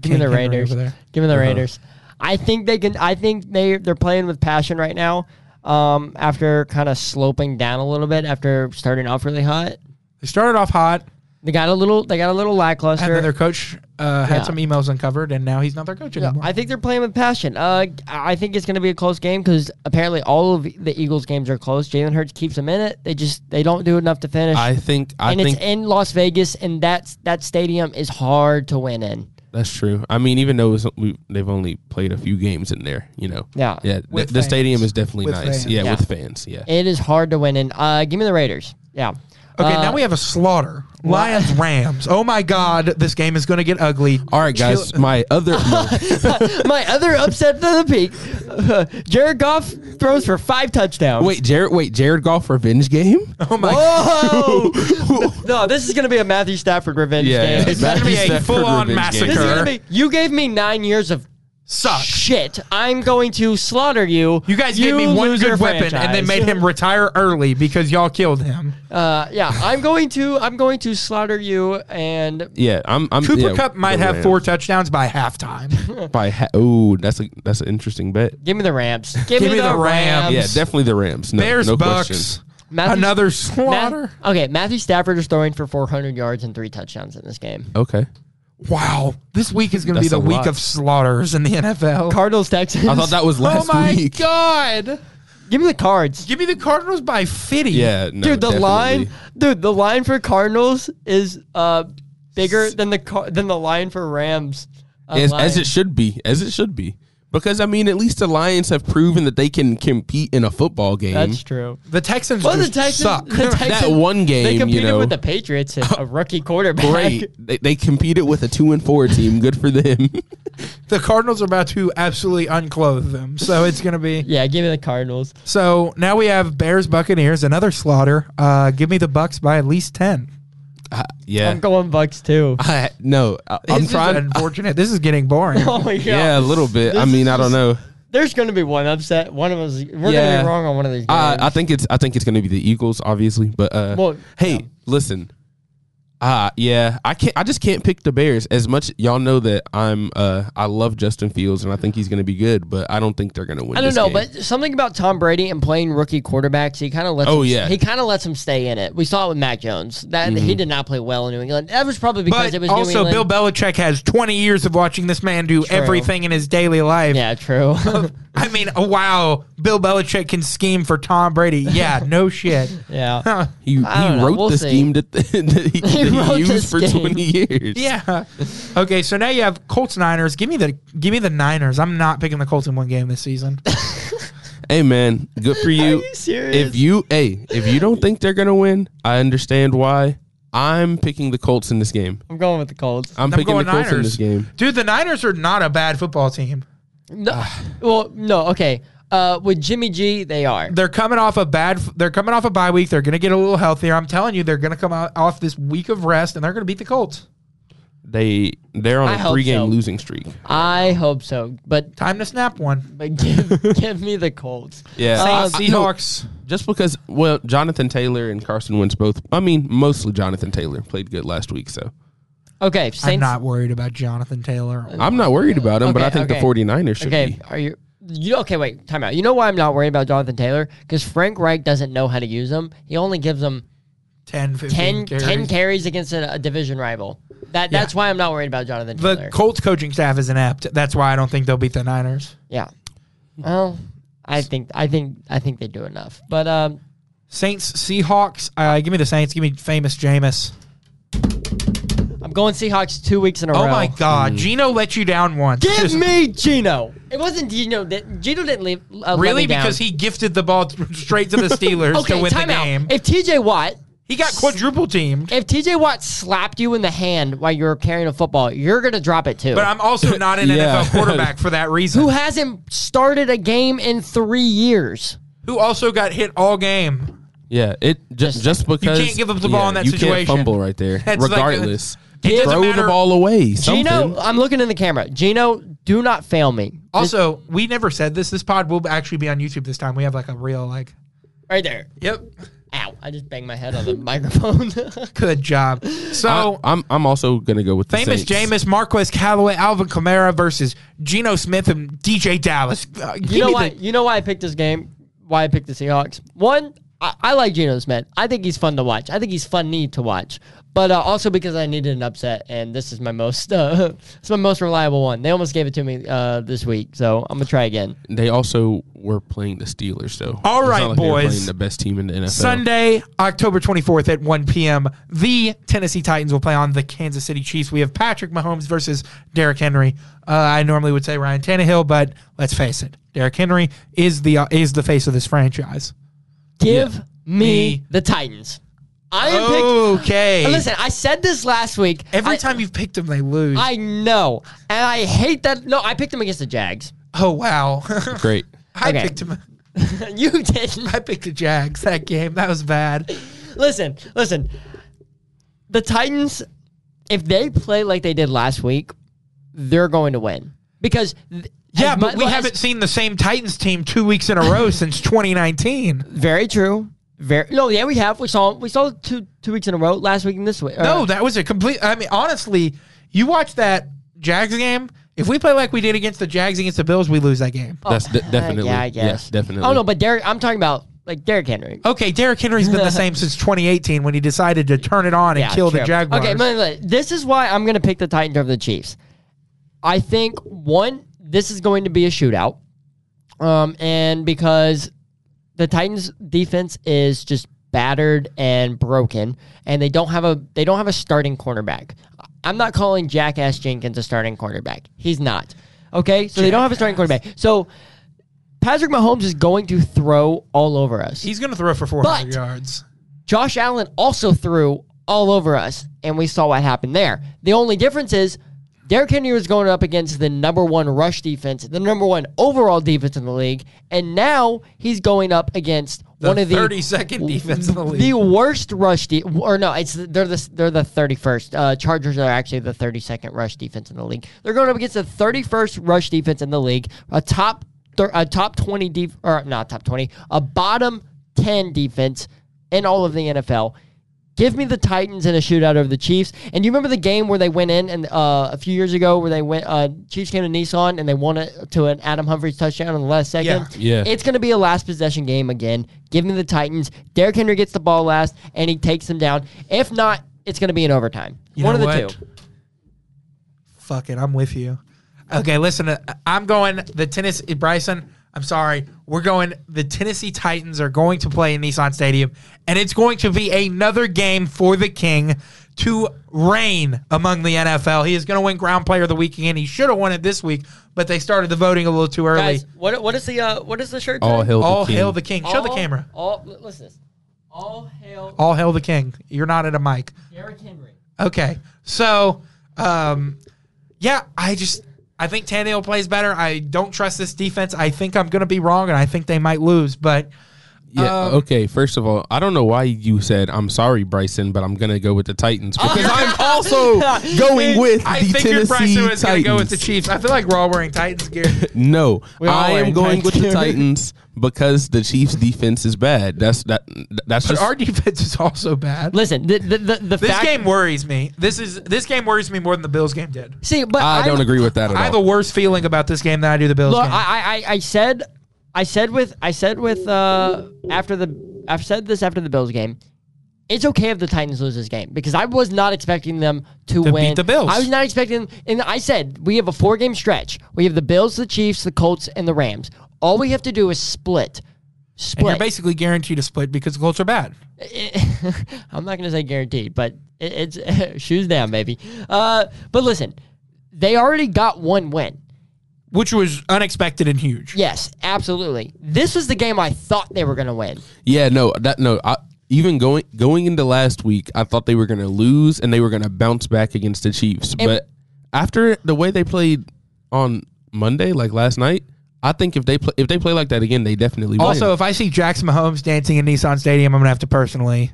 [SPEAKER 2] Give me the
[SPEAKER 1] King Henry
[SPEAKER 2] Raiders.
[SPEAKER 1] over there. Uh-huh.
[SPEAKER 2] Give me the Raiders. I think they can. I think they they're playing with passion right now. Um, after kind of sloping down a little bit after starting off really hot,
[SPEAKER 1] They started off hot,
[SPEAKER 2] they got a little they got a little
[SPEAKER 1] and
[SPEAKER 2] lackluster.
[SPEAKER 1] then their coach uh, had
[SPEAKER 2] Yeah.
[SPEAKER 1] some emails uncovered, and now he's not their coach anymore.
[SPEAKER 2] I think they're playing with passion. Uh, I think it's going to be a close game because apparently all of the Eagles games are close. Jalen Hurts keeps them in it. They just they don't do enough to finish.
[SPEAKER 3] I think I
[SPEAKER 2] and
[SPEAKER 3] think
[SPEAKER 2] it's in Las Vegas, and that's that stadium is hard to win in.
[SPEAKER 3] that's true. I mean, even though it's, we, they've only played a few games in there, you know.
[SPEAKER 2] Yeah.
[SPEAKER 3] Yeah. th-
[SPEAKER 1] With
[SPEAKER 3] the stadium
[SPEAKER 1] fans.
[SPEAKER 3] is definitely
[SPEAKER 1] With
[SPEAKER 3] nice.
[SPEAKER 1] fans.
[SPEAKER 3] Yeah,
[SPEAKER 2] Yeah.
[SPEAKER 3] with fans. Yeah.
[SPEAKER 2] It is hard to win in. Uh, give me the Raiders. Yeah.
[SPEAKER 1] okay,
[SPEAKER 2] Uh,
[SPEAKER 1] now we have a slaughter. Lions Rams. Oh my God, this game is going to get ugly.
[SPEAKER 3] All right, guys. My other
[SPEAKER 1] [laughs]
[SPEAKER 3] no.
[SPEAKER 2] my other upset of the peak. [laughs] Jared Goff throws for five touchdowns.
[SPEAKER 3] wait, Jared. Wait, Jared Golf revenge game.
[SPEAKER 1] Oh my.
[SPEAKER 2] Whoa! [laughs] no, this is gonna be a Matthew Stafford revenge
[SPEAKER 3] Yeah,
[SPEAKER 2] game.
[SPEAKER 1] It's gonna be
[SPEAKER 3] Matthew
[SPEAKER 1] a
[SPEAKER 3] Stafford
[SPEAKER 1] full-on
[SPEAKER 3] revenge game.
[SPEAKER 1] massacre.
[SPEAKER 2] This is gonna be. You gave me nine years of
[SPEAKER 1] Suck.
[SPEAKER 2] shit. I'm going to slaughter you.
[SPEAKER 1] You guys gave me one
[SPEAKER 2] loser
[SPEAKER 1] good weapon, and then
[SPEAKER 2] franchise.
[SPEAKER 1] made him retire early because y'all killed him.
[SPEAKER 2] Uh, yeah, I'm going to. I'm going to slaughter you. And
[SPEAKER 3] Yeah, I'm. I'm
[SPEAKER 1] Cooper
[SPEAKER 3] yeah,
[SPEAKER 1] Cup might
[SPEAKER 3] the
[SPEAKER 1] have
[SPEAKER 3] Rams.
[SPEAKER 1] four touchdowns by halftime.
[SPEAKER 3] By ha- oh, that's a that's an interesting bet.
[SPEAKER 2] give me the Rams. Give, me, the, Rams.
[SPEAKER 3] Yeah, definitely the Rams. No,
[SPEAKER 1] Bears,
[SPEAKER 3] no
[SPEAKER 1] Bucks,
[SPEAKER 3] question.
[SPEAKER 2] Matthew-
[SPEAKER 1] another
[SPEAKER 2] Matt-
[SPEAKER 1] slaughter.
[SPEAKER 2] okay, Matthew Stafford is throwing for 400 yards and three touchdowns in this game.
[SPEAKER 3] Okay.
[SPEAKER 1] Wow, this week is going to be
[SPEAKER 3] That's
[SPEAKER 1] the
[SPEAKER 3] a
[SPEAKER 1] week
[SPEAKER 3] lot.
[SPEAKER 1] of slaughters in the [laughs] NFL.
[SPEAKER 2] Cardinals, Texans.
[SPEAKER 3] I thought that was
[SPEAKER 1] oh
[SPEAKER 3] last
[SPEAKER 1] my
[SPEAKER 3] week.
[SPEAKER 1] god!
[SPEAKER 2] Give me the Cards.
[SPEAKER 1] Give me the Cardinals by fifty.
[SPEAKER 3] Yeah, no,
[SPEAKER 2] dude, the
[SPEAKER 3] definitely.
[SPEAKER 2] line, dude, the line for Cardinals is uh bigger than the car- than the line for Rams. uh,
[SPEAKER 3] as,
[SPEAKER 2] line.
[SPEAKER 3] as it should be, as it should be, because I mean, at least the Lions have proven that they can compete in a football game.
[SPEAKER 2] That's true.
[SPEAKER 1] the Texans
[SPEAKER 2] Well, the
[SPEAKER 1] just
[SPEAKER 2] Texans,
[SPEAKER 1] [laughs] suck.
[SPEAKER 2] the Texans,
[SPEAKER 3] That one game,
[SPEAKER 2] they
[SPEAKER 3] you
[SPEAKER 2] competed
[SPEAKER 3] know.
[SPEAKER 2] with the Patriots, and a rookie quarterback.
[SPEAKER 3] Great, they, they competed with a two and four team. Good for them. [laughs]
[SPEAKER 1] the Cardinals are about to absolutely unclothe them, so it's going to be.
[SPEAKER 2] [laughs] Yeah, give me the Cardinals.
[SPEAKER 1] So now we have Bears Buccaneers, another slaughter. Uh, give me the Bucks by at least ten.
[SPEAKER 3] yeah,
[SPEAKER 2] I'm going Bucks
[SPEAKER 3] [laughs]
[SPEAKER 2] too.
[SPEAKER 3] I, no, I, am
[SPEAKER 1] This is
[SPEAKER 3] trying.
[SPEAKER 1] Unfortunate. this is getting boring.
[SPEAKER 2] [laughs] Oh my god.
[SPEAKER 3] yeah, a little bit. I
[SPEAKER 2] This
[SPEAKER 3] mean,
[SPEAKER 2] is
[SPEAKER 3] I don't
[SPEAKER 2] just-
[SPEAKER 3] know.
[SPEAKER 2] There's going to be one upset. One of us. We're going to
[SPEAKER 3] Yeah.
[SPEAKER 2] be wrong on one of these. Games.
[SPEAKER 3] Uh, I think it's I think it's going to be the Eagles, obviously. But uh,
[SPEAKER 2] Well,
[SPEAKER 3] hey, listen, uh, yeah, I can't. I just can't pick the Bears as much. Y'all know that I'm. Uh, I love Justin Fields, and I think he's going to be good. But I don't think they're going to win.
[SPEAKER 2] I don't
[SPEAKER 3] this
[SPEAKER 2] know,
[SPEAKER 3] game.
[SPEAKER 2] but something about Tom Brady and playing rookie quarterbacks, he kind of lets.
[SPEAKER 3] Oh,
[SPEAKER 2] him,
[SPEAKER 3] yeah. Mm-hmm.
[SPEAKER 2] he kind of lets him stay in it. We saw it with Mac Jones that he did not play well in New England. That was probably because it
[SPEAKER 1] But
[SPEAKER 2] was
[SPEAKER 1] also,
[SPEAKER 2] New
[SPEAKER 1] Bill
[SPEAKER 2] England.
[SPEAKER 1] Belichick has 20 years of watching this man do everything in his daily life.
[SPEAKER 2] yeah,
[SPEAKER 3] [laughs]
[SPEAKER 2] true.
[SPEAKER 1] I mean, wow, Bill Belichick can scheme for Tom Brady. Yeah,
[SPEAKER 3] [laughs]
[SPEAKER 1] no shit.
[SPEAKER 2] [laughs]
[SPEAKER 1] [laughs]
[SPEAKER 2] yeah,
[SPEAKER 3] he, he
[SPEAKER 2] I don't know.
[SPEAKER 3] wrote
[SPEAKER 2] We'll
[SPEAKER 3] the
[SPEAKER 2] see.
[SPEAKER 3] scheme that, [laughs] that
[SPEAKER 2] [laughs]
[SPEAKER 3] he,
[SPEAKER 2] He
[SPEAKER 3] that he
[SPEAKER 2] wrote this
[SPEAKER 3] used for
[SPEAKER 2] game.
[SPEAKER 3] twenty years.
[SPEAKER 1] Yeah. Okay, so now you have Colts Niners. Give me the give me the Niners. I'm not picking the Colts in one game this
[SPEAKER 3] [laughs]
[SPEAKER 1] season.
[SPEAKER 3] Hey man, good
[SPEAKER 2] [laughs]
[SPEAKER 3] for you.
[SPEAKER 2] you serious?
[SPEAKER 3] If you hey, if you don't think they're going to win, I understand why. I'm picking the Colts in this game.
[SPEAKER 2] I'm going with the Colts.
[SPEAKER 3] I'm,
[SPEAKER 1] I'm
[SPEAKER 3] picking the
[SPEAKER 1] going
[SPEAKER 3] Colts in
[SPEAKER 1] Niners.
[SPEAKER 3] this game.
[SPEAKER 1] Dude, the Niners are not a bad football team.
[SPEAKER 3] uh.
[SPEAKER 2] No, well, no, okay. Uh, with Jimmy G, they are.
[SPEAKER 1] They're coming off a bad they're coming off a bye week. They're going to get a little healthier. I'm telling you, they're going to come out off this week of rest and they're going to beat the Colts.
[SPEAKER 3] They they're on
[SPEAKER 2] I
[SPEAKER 3] a
[SPEAKER 2] hope
[SPEAKER 3] three game
[SPEAKER 2] so.
[SPEAKER 3] losing streak.
[SPEAKER 2] I hope so, but [laughs]
[SPEAKER 1] Time to snap one.
[SPEAKER 2] but give give me the Colts.
[SPEAKER 3] Yeah,
[SPEAKER 2] Saints,
[SPEAKER 3] I- I- no,
[SPEAKER 1] Seahawks.
[SPEAKER 3] just because well, Jonathan Taylor and Carson Wentz both. I mean, mostly Jonathan Taylor played good last week, so
[SPEAKER 2] Okay, Saints.
[SPEAKER 1] I'm not worried about Jonathan Taylor.
[SPEAKER 3] I'm not worried about him. but
[SPEAKER 2] Okay,
[SPEAKER 3] I think
[SPEAKER 2] okay.
[SPEAKER 3] the 49ers should
[SPEAKER 2] Okay,
[SPEAKER 3] be.
[SPEAKER 2] are you? You okay? Wait, time out. You know why I'm not worried about Jonathan Taylor? Because Frank Reich doesn't know how to use him. He only gives them
[SPEAKER 1] 10 15
[SPEAKER 2] 10 10
[SPEAKER 1] carries.
[SPEAKER 2] carries, against a, a division rival. That that's why I'm not worried about Jonathan Taylor.
[SPEAKER 1] The Colts coaching staff is inept. That's why I don't think they'll beat the Niners.
[SPEAKER 2] yeah. Well, I think I think I think they do enough. But um,
[SPEAKER 1] Saints, Seahawks. Uh, give me the Saints. Give me famous Jameis.
[SPEAKER 2] I'm going Seahawks two weeks in a row.
[SPEAKER 1] Oh my
[SPEAKER 2] Hmm.
[SPEAKER 1] God, Gino let you down once.
[SPEAKER 2] Give
[SPEAKER 1] Just-
[SPEAKER 2] me Gino. It wasn't Gino. That Gino didn't leave. Uh,
[SPEAKER 1] really because he gifted the ball straight to the Steelers
[SPEAKER 2] [laughs] okay.
[SPEAKER 1] to win the
[SPEAKER 2] time out.
[SPEAKER 1] game.
[SPEAKER 2] If TJ Watt
[SPEAKER 1] He got quadruple teamed.
[SPEAKER 2] if TJ Watt slapped you in the hand while you were carrying a football, you're gonna drop it too.
[SPEAKER 1] But I'm
[SPEAKER 2] [laughs]
[SPEAKER 1] also not an
[SPEAKER 3] Yeah.
[SPEAKER 1] NFL quarterback for that reason.
[SPEAKER 2] who
[SPEAKER 1] Who,
[SPEAKER 2] hasn't started a game in three years.
[SPEAKER 1] also got hit all game.
[SPEAKER 3] Yeah, it just just because
[SPEAKER 1] can't give up the ball
[SPEAKER 3] yeah,
[SPEAKER 1] in that
[SPEAKER 3] you
[SPEAKER 1] situation.
[SPEAKER 3] Can't fumble right there,
[SPEAKER 1] [laughs] That's like-
[SPEAKER 3] regardless.
[SPEAKER 1] It doesn't
[SPEAKER 3] Throw
[SPEAKER 1] matter.
[SPEAKER 3] the ball away. Something.
[SPEAKER 2] Gino, I'm looking in the camera. Gino, do not fail me.
[SPEAKER 1] Also, we never said this. This pod will actually be on YouTube this time. We have like a real like.
[SPEAKER 2] Right there.
[SPEAKER 1] Yep.
[SPEAKER 2] Ow! I just banged my
[SPEAKER 1] [laughs]
[SPEAKER 2] head on the microphone.
[SPEAKER 1] Good job.
[SPEAKER 2] Uh,
[SPEAKER 1] So
[SPEAKER 3] I, am I'm also gonna go with the
[SPEAKER 1] oh. famous
[SPEAKER 3] Saints.
[SPEAKER 1] Jameis, Marquez Callaway, Alvin Kamara versus Geno Smith and DJ Dallas. Uh, give
[SPEAKER 2] [laughs] you know
[SPEAKER 1] me
[SPEAKER 2] why?
[SPEAKER 1] the-
[SPEAKER 2] you know why I picked this game? Why I picked the Seahawks? One, I, I like Geno Smith. I think he's fun to watch. I think he's funny to watch. But uh, also because I needed an upset, and this is my most [laughs] uh, it's my most reliable one. They almost gave it to me uh, this week, so I'm gonna try again.
[SPEAKER 3] They also were playing the Steelers, though.
[SPEAKER 1] All
[SPEAKER 3] It's not
[SPEAKER 1] right,
[SPEAKER 3] like they were
[SPEAKER 1] boys.
[SPEAKER 3] playing the best team in the NFL.
[SPEAKER 1] Sunday, October 24th at 1 p.m., the Tennessee Titans will play on the Kansas City Chiefs. We have Patrick Mahomes versus Derrick Henry. Uh, I normally would say Ryan Tannehill, but let's face it, Derrick Henry is the uh, is the face of this franchise.
[SPEAKER 2] Give
[SPEAKER 1] Me.
[SPEAKER 2] me the Titans. I am picked.
[SPEAKER 1] Okay.
[SPEAKER 2] Listen, I said this last week.
[SPEAKER 1] Every
[SPEAKER 2] I-
[SPEAKER 1] time you've picked them, they lose.
[SPEAKER 2] I know, and I hate that. No, I picked them against the Jags. [laughs]
[SPEAKER 1] oh wow, [laughs]
[SPEAKER 3] Great.
[SPEAKER 1] I
[SPEAKER 2] Okay.
[SPEAKER 1] picked them.
[SPEAKER 2] you didn't.
[SPEAKER 1] I picked the Jags that game. That was bad.
[SPEAKER 2] listen, listen. The Titans, if they play like they did last week, they're going to win because th-
[SPEAKER 1] Yeah,
[SPEAKER 2] as
[SPEAKER 1] but
[SPEAKER 2] mu-
[SPEAKER 1] we
[SPEAKER 2] as-
[SPEAKER 1] haven't seen the same Titans team two weeks in a [laughs] row since 2019.
[SPEAKER 2] Very true. Very no, yeah, we have. We saw we saw two two weeks in a row last week and this week.
[SPEAKER 1] No, that was a complete. I mean, honestly, you watch that Jags game. If we play like we did against the Jags against the Bills, we lose that game.
[SPEAKER 3] That's de- definitely.
[SPEAKER 2] Uh, oh. yeah, I guess.
[SPEAKER 3] Yes, definitely.
[SPEAKER 2] Oh no, but Derek, I'm talking about like Derrick Henry.
[SPEAKER 1] Okay, Derrick Henry's been the [laughs] same since 2018 when he decided to turn it on and kill the
[SPEAKER 2] true.
[SPEAKER 1] Jaguars.
[SPEAKER 2] Okay, but look, this is why I'm going to pick the Titans over the Chiefs. I think one, this is going to be a shootout, um, and because the Titans' defense is just battered and broken, and they don't have a they don't have a starting cornerback. I'm not calling Jackass Jenkins a starting cornerback. He's not. Okay, so they don't have a starting quarterback. So Patrick Mahomes is going to throw all over us.
[SPEAKER 1] He's going to throw for 400
[SPEAKER 2] But-
[SPEAKER 1] yards.
[SPEAKER 2] Josh Allen also threw all over us, and we saw what happened there. The only difference is Derrick Henry was going up against the number one rush defense, the number one overall defense in the league, and now he's going up against
[SPEAKER 1] The
[SPEAKER 2] one of the
[SPEAKER 1] 32nd defense in the league.
[SPEAKER 2] worst rush de- or no, it's they're the they're the 31st. Uh, Chargers are actually the 32nd rush defense in the league. They're going up against the 31st rush defense in the league, a top thir- a top 20 def- or not top 20, a bottom 10 defense in all of the NFL. Give me the Titans in a shootout over the Chiefs. And you remember the game where they went in and uh, a few years ago where they went uh, Chiefs came to Nissan and they won it to an Adam Humphries touchdown in the last second.
[SPEAKER 1] Yeah.
[SPEAKER 3] Yeah.
[SPEAKER 2] It's going to be a last possession game again. Give me the Titans. Derrick Henry gets the ball last, and he takes them down. If not, it's going to be in overtime.
[SPEAKER 1] You
[SPEAKER 2] One
[SPEAKER 1] know
[SPEAKER 2] of the
[SPEAKER 1] what?
[SPEAKER 2] two.
[SPEAKER 1] Fuck it, I'm with you. Okay, listen, uh, I'm going the Tennessee Bryson. I'm sorry, we're going. The Tennessee Titans are going to play in Nissan Stadium, and it's going to be another game for the King to reign among the NFL. He is going to win Ground Player of the Week again. He should have won it this week, but they started the voting a little too early.
[SPEAKER 2] Guys, what, what is the uh, what is the shirt?
[SPEAKER 3] all
[SPEAKER 2] called?
[SPEAKER 3] hail the
[SPEAKER 1] All
[SPEAKER 3] king.
[SPEAKER 1] hail the King. Show the
[SPEAKER 2] All-
[SPEAKER 1] camera.
[SPEAKER 2] All li- listen. to this. All hail
[SPEAKER 1] All hail the King. You're not at a mic.
[SPEAKER 2] Derrick Henry.
[SPEAKER 1] Okay. So, um, yeah, I just I think Tannehill plays better. I don't trust this defense. I think I'm going to be wrong, and I think they might lose. But
[SPEAKER 3] Yeah.
[SPEAKER 1] Um,
[SPEAKER 3] okay. First of all, I don't know why you said I'm sorry, Bryson, but I'm gonna go with
[SPEAKER 1] [laughs]
[SPEAKER 3] the Titans because I'm also going with
[SPEAKER 1] I
[SPEAKER 3] the
[SPEAKER 1] figured
[SPEAKER 3] Tennessee
[SPEAKER 1] Bryson was going to
[SPEAKER 3] Titans.
[SPEAKER 1] go with the Chiefs. I feel like we're all wearing Titans gear.
[SPEAKER 3] No,
[SPEAKER 2] all
[SPEAKER 3] I am
[SPEAKER 2] wearing
[SPEAKER 3] going
[SPEAKER 2] Titans
[SPEAKER 3] with the
[SPEAKER 2] gear.
[SPEAKER 3] Titans because the Chiefs' defense is bad. That's that. That's
[SPEAKER 1] But
[SPEAKER 3] just
[SPEAKER 1] our [laughs] defense is also bad.
[SPEAKER 2] Listen, the the the, the
[SPEAKER 1] This
[SPEAKER 2] fact,
[SPEAKER 1] game worries me. This is this game worries me more than the Bills game did.
[SPEAKER 2] See, but
[SPEAKER 3] I don't
[SPEAKER 2] I'm-
[SPEAKER 3] agree with that at
[SPEAKER 1] I have a
[SPEAKER 3] all.
[SPEAKER 1] worse feeling about this game than I do the Bills
[SPEAKER 2] Look,
[SPEAKER 1] game.
[SPEAKER 2] I, I, I- I said, I said with, I said with, uh, after the, I've said this after the Bills game. It's okay if the Titans lose this game because I was not expecting them to,
[SPEAKER 1] beat
[SPEAKER 2] win.
[SPEAKER 1] the Bills.
[SPEAKER 2] I was not expecting, and I said we have a four-game stretch. We have the Bills, the Chiefs, the Colts, and the Rams. All we have to do is split.
[SPEAKER 1] and you're
[SPEAKER 2] Split.
[SPEAKER 1] basically guaranteed to split because the Colts are bad.
[SPEAKER 2] [laughs] I'm not going to say guaranteed, but it, it's [laughs] shoes down, baby. Uh, but listen, they already got one win.
[SPEAKER 1] Which was unexpected and huge.
[SPEAKER 2] Yes, absolutely. This was the game I thought they were going to win.
[SPEAKER 3] yeah. No, that no. I, even going going into last week, I thought they were gonna lose and they were gonna bounce back against the Chiefs. but after the way they played on Monday, like last night, I think if they play if they play like that again, they definitely win.
[SPEAKER 1] Also, if I see Jackson Mahomes dancing in Nissan Stadium, I'm gonna have to personally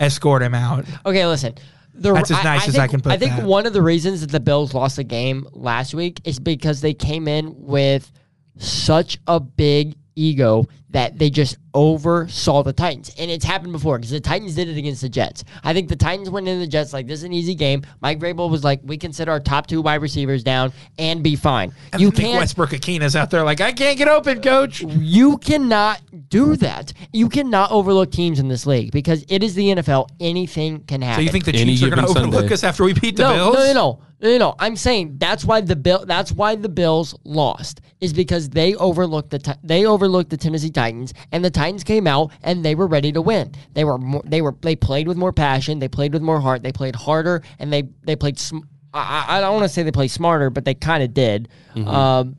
[SPEAKER 1] escort him out.
[SPEAKER 2] Okay, listen. The,
[SPEAKER 1] That's as nice as I can put
[SPEAKER 2] I think
[SPEAKER 1] that.
[SPEAKER 2] one of the reasons that the Bills lost the game last week is because they came in with such a big ego that they just oversaw the Titans. And it's happened before because the Titans did it against the Jets. I think the Titans went into the Jets like, this is an easy game. Mike Vrabel was like, we can sit our top two wide receivers down and be fine.
[SPEAKER 1] I
[SPEAKER 2] you
[SPEAKER 1] don't think
[SPEAKER 2] can't
[SPEAKER 1] Westbrook Akina's out there like, I can't get open, coach.
[SPEAKER 2] you cannot do that. You cannot overlook teams in this league because it is the NFL. Anything can happen.
[SPEAKER 1] So you think the
[SPEAKER 3] Any
[SPEAKER 1] Chiefs are going to
[SPEAKER 3] given
[SPEAKER 1] overlook
[SPEAKER 3] Sunday.
[SPEAKER 1] us after we beat the
[SPEAKER 2] no,
[SPEAKER 1] Bills?
[SPEAKER 2] No, no, no, no, no, no. I'm saying that's why the bill. That's why the Bills lost is because they overlooked the Ti- they overlooked the Tennessee Titans, and the Titans came out and they were ready to win. They were more, they were they played with more passion. They played with more heart. They played harder, and they they played. Sm- I, I I don't want to say they played smarter, but they kind of did.
[SPEAKER 1] Mm-hmm.
[SPEAKER 2] Um,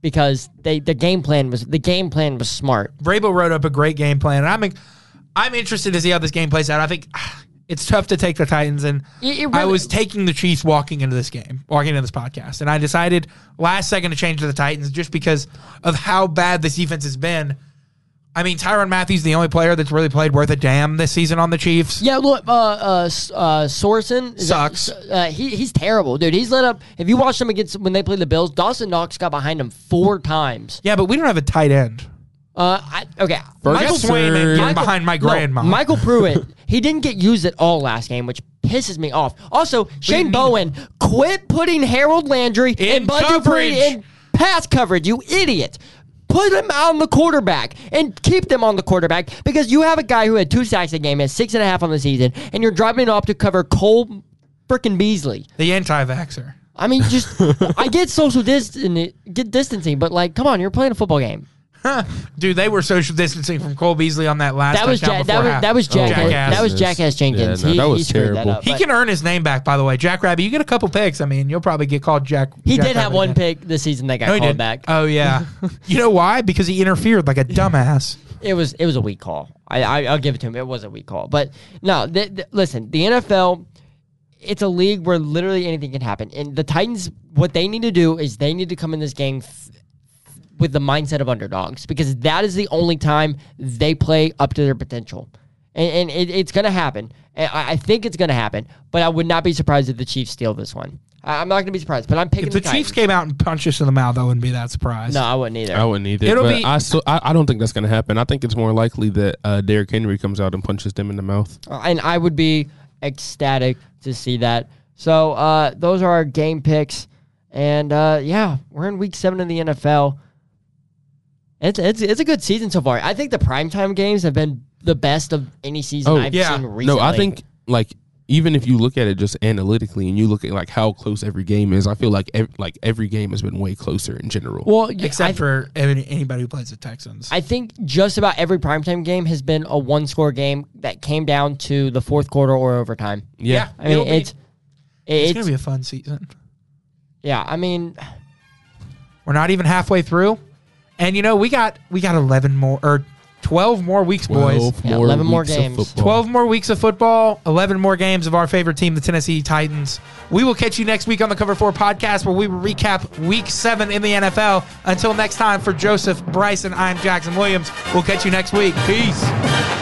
[SPEAKER 2] because they the game plan was the game plan was smart.
[SPEAKER 1] Vrabel wrote up a great game plan, and I'm I'm interested to see how this game plays out. I think [sighs] ah, it's tough to take the Titans, and
[SPEAKER 2] It- it
[SPEAKER 1] I
[SPEAKER 2] really-
[SPEAKER 1] was taking the Chiefs walking into this game, walking into this podcast, and I decided last second to change to the Titans just because of how bad this defense has been. I mean, Tyron Matthews the only player that's really played worth a damn this season on the Chiefs.
[SPEAKER 2] Yeah, look, uh, uh, S- uh, Sorensen is that-
[SPEAKER 1] Sucks.
[SPEAKER 2] uh, he, he's terrible, dude. He's let up. If you watch them against when they play the Bills, Dawson Knox got behind him four times.
[SPEAKER 1] Yeah, but we don't have a tight end.
[SPEAKER 2] Uh, I, okay,
[SPEAKER 1] Michael
[SPEAKER 3] Ferguson.
[SPEAKER 1] Swain ain't getting
[SPEAKER 2] Michael-
[SPEAKER 1] behind my
[SPEAKER 2] no,
[SPEAKER 1] grandma. [laughs]
[SPEAKER 2] Michael Pruitt, he didn't get used at all last game, which pisses me off. Also, Shane
[SPEAKER 1] need-
[SPEAKER 2] Bowen, quit putting Harold Landry
[SPEAKER 1] In
[SPEAKER 2] and Bud
[SPEAKER 1] coverage.
[SPEAKER 2] Dupree in pass coverage, you idiot. Put him on the quarterback and keep them on the quarterback because you have a guy who had two sacks a game, has six and a half on the season, and you're dropping it off to cover Cole freaking Beasley.
[SPEAKER 1] the anti-vaxer.
[SPEAKER 2] I mean,
[SPEAKER 1] [laughs]
[SPEAKER 2] just I get social distan- get distancing, but like, come on, you're playing a football game.
[SPEAKER 1] Dude, they were social distancing from Cole Beasley on that last
[SPEAKER 2] That was,
[SPEAKER 1] touchdown
[SPEAKER 2] ja-
[SPEAKER 1] before
[SPEAKER 2] that, was,
[SPEAKER 1] half.
[SPEAKER 2] that was Jackass.
[SPEAKER 1] Jackass.
[SPEAKER 2] Oh, That was Jackass Jenkins.
[SPEAKER 3] Yeah, no,
[SPEAKER 2] he,
[SPEAKER 3] that was
[SPEAKER 2] he screwed
[SPEAKER 3] terrible.
[SPEAKER 2] That up,
[SPEAKER 1] He
[SPEAKER 2] but-
[SPEAKER 1] can earn his name back, by the way. Jack Rabbit, you get a couple picks. I mean, you'll probably get called Jack.
[SPEAKER 2] he
[SPEAKER 1] Jack
[SPEAKER 2] did have
[SPEAKER 1] Rabbit
[SPEAKER 2] one
[SPEAKER 1] again.
[SPEAKER 2] pick this season that got
[SPEAKER 1] No, he
[SPEAKER 2] called
[SPEAKER 1] didn't.
[SPEAKER 2] back.
[SPEAKER 1] Oh
[SPEAKER 2] [laughs]
[SPEAKER 1] yeah. you know why? Because he interfered like a dumbass.
[SPEAKER 2] it was it was a weak call. I, I I'll give it to him. It was a weak call. But no, th- th- listen, the NFL, it's a league where literally anything can happen. And the Titans, what they need to do is they need to come in this game f- with the mindset of underdogs because that is the only time they play up to their potential. And, and it, it's going to happen. And I, I think it's going to happen. But I would not be surprised if the Chiefs steal this one. I, I'm not going to be surprised. But I'm picking
[SPEAKER 1] If
[SPEAKER 2] the,
[SPEAKER 1] the Chiefs
[SPEAKER 2] Titans.
[SPEAKER 1] came out and punched us in the mouth, I wouldn't be that surprised.
[SPEAKER 2] No, I wouldn't either.
[SPEAKER 3] I wouldn't either.
[SPEAKER 1] It'll
[SPEAKER 3] but
[SPEAKER 1] be-
[SPEAKER 3] I, still, I I don't think that's going to happen. I think it's more likely that uh, Derrick Henry comes out and punches them in the mouth.
[SPEAKER 2] Uh, and I would be ecstatic to see that. So uh, those are our game picks, and uh, yeah, we're in week seven of the NFL. It's it's it's a good season so far. I think the primetime games have been the best of any season
[SPEAKER 3] Oh,
[SPEAKER 2] I've
[SPEAKER 1] yeah.
[SPEAKER 2] seen recently.
[SPEAKER 3] No, I think like even if you look at it just analytically and you look at like how close every game is, I feel like ev- like every game has been way closer in general.
[SPEAKER 2] well, y-
[SPEAKER 1] Except
[SPEAKER 2] I,
[SPEAKER 1] for any- anybody who plays the Texans.
[SPEAKER 2] I think just about every primetime game has been a one score game that came down to the fourth quarter or overtime.
[SPEAKER 3] yeah.
[SPEAKER 2] I mean,
[SPEAKER 1] It'll be-
[SPEAKER 2] it's
[SPEAKER 1] it's,
[SPEAKER 2] it's,
[SPEAKER 1] gonna be a fun season.
[SPEAKER 2] yeah. I mean,
[SPEAKER 1] We're not even halfway through, and you know we got we got eleven more or twelve more weeks, boys.
[SPEAKER 2] Yeah, 11 more
[SPEAKER 3] weeks of
[SPEAKER 2] games.
[SPEAKER 3] football.
[SPEAKER 1] 12 more weeks of football, 11 more games of our favorite team, the Tennessee Titans. We will catch you next week on the Cover 4 podcast where we will recap week seven in the NFL. Until next time, for Joseph Bryson, I'm Jackson Williams. We'll catch you next week. Peace.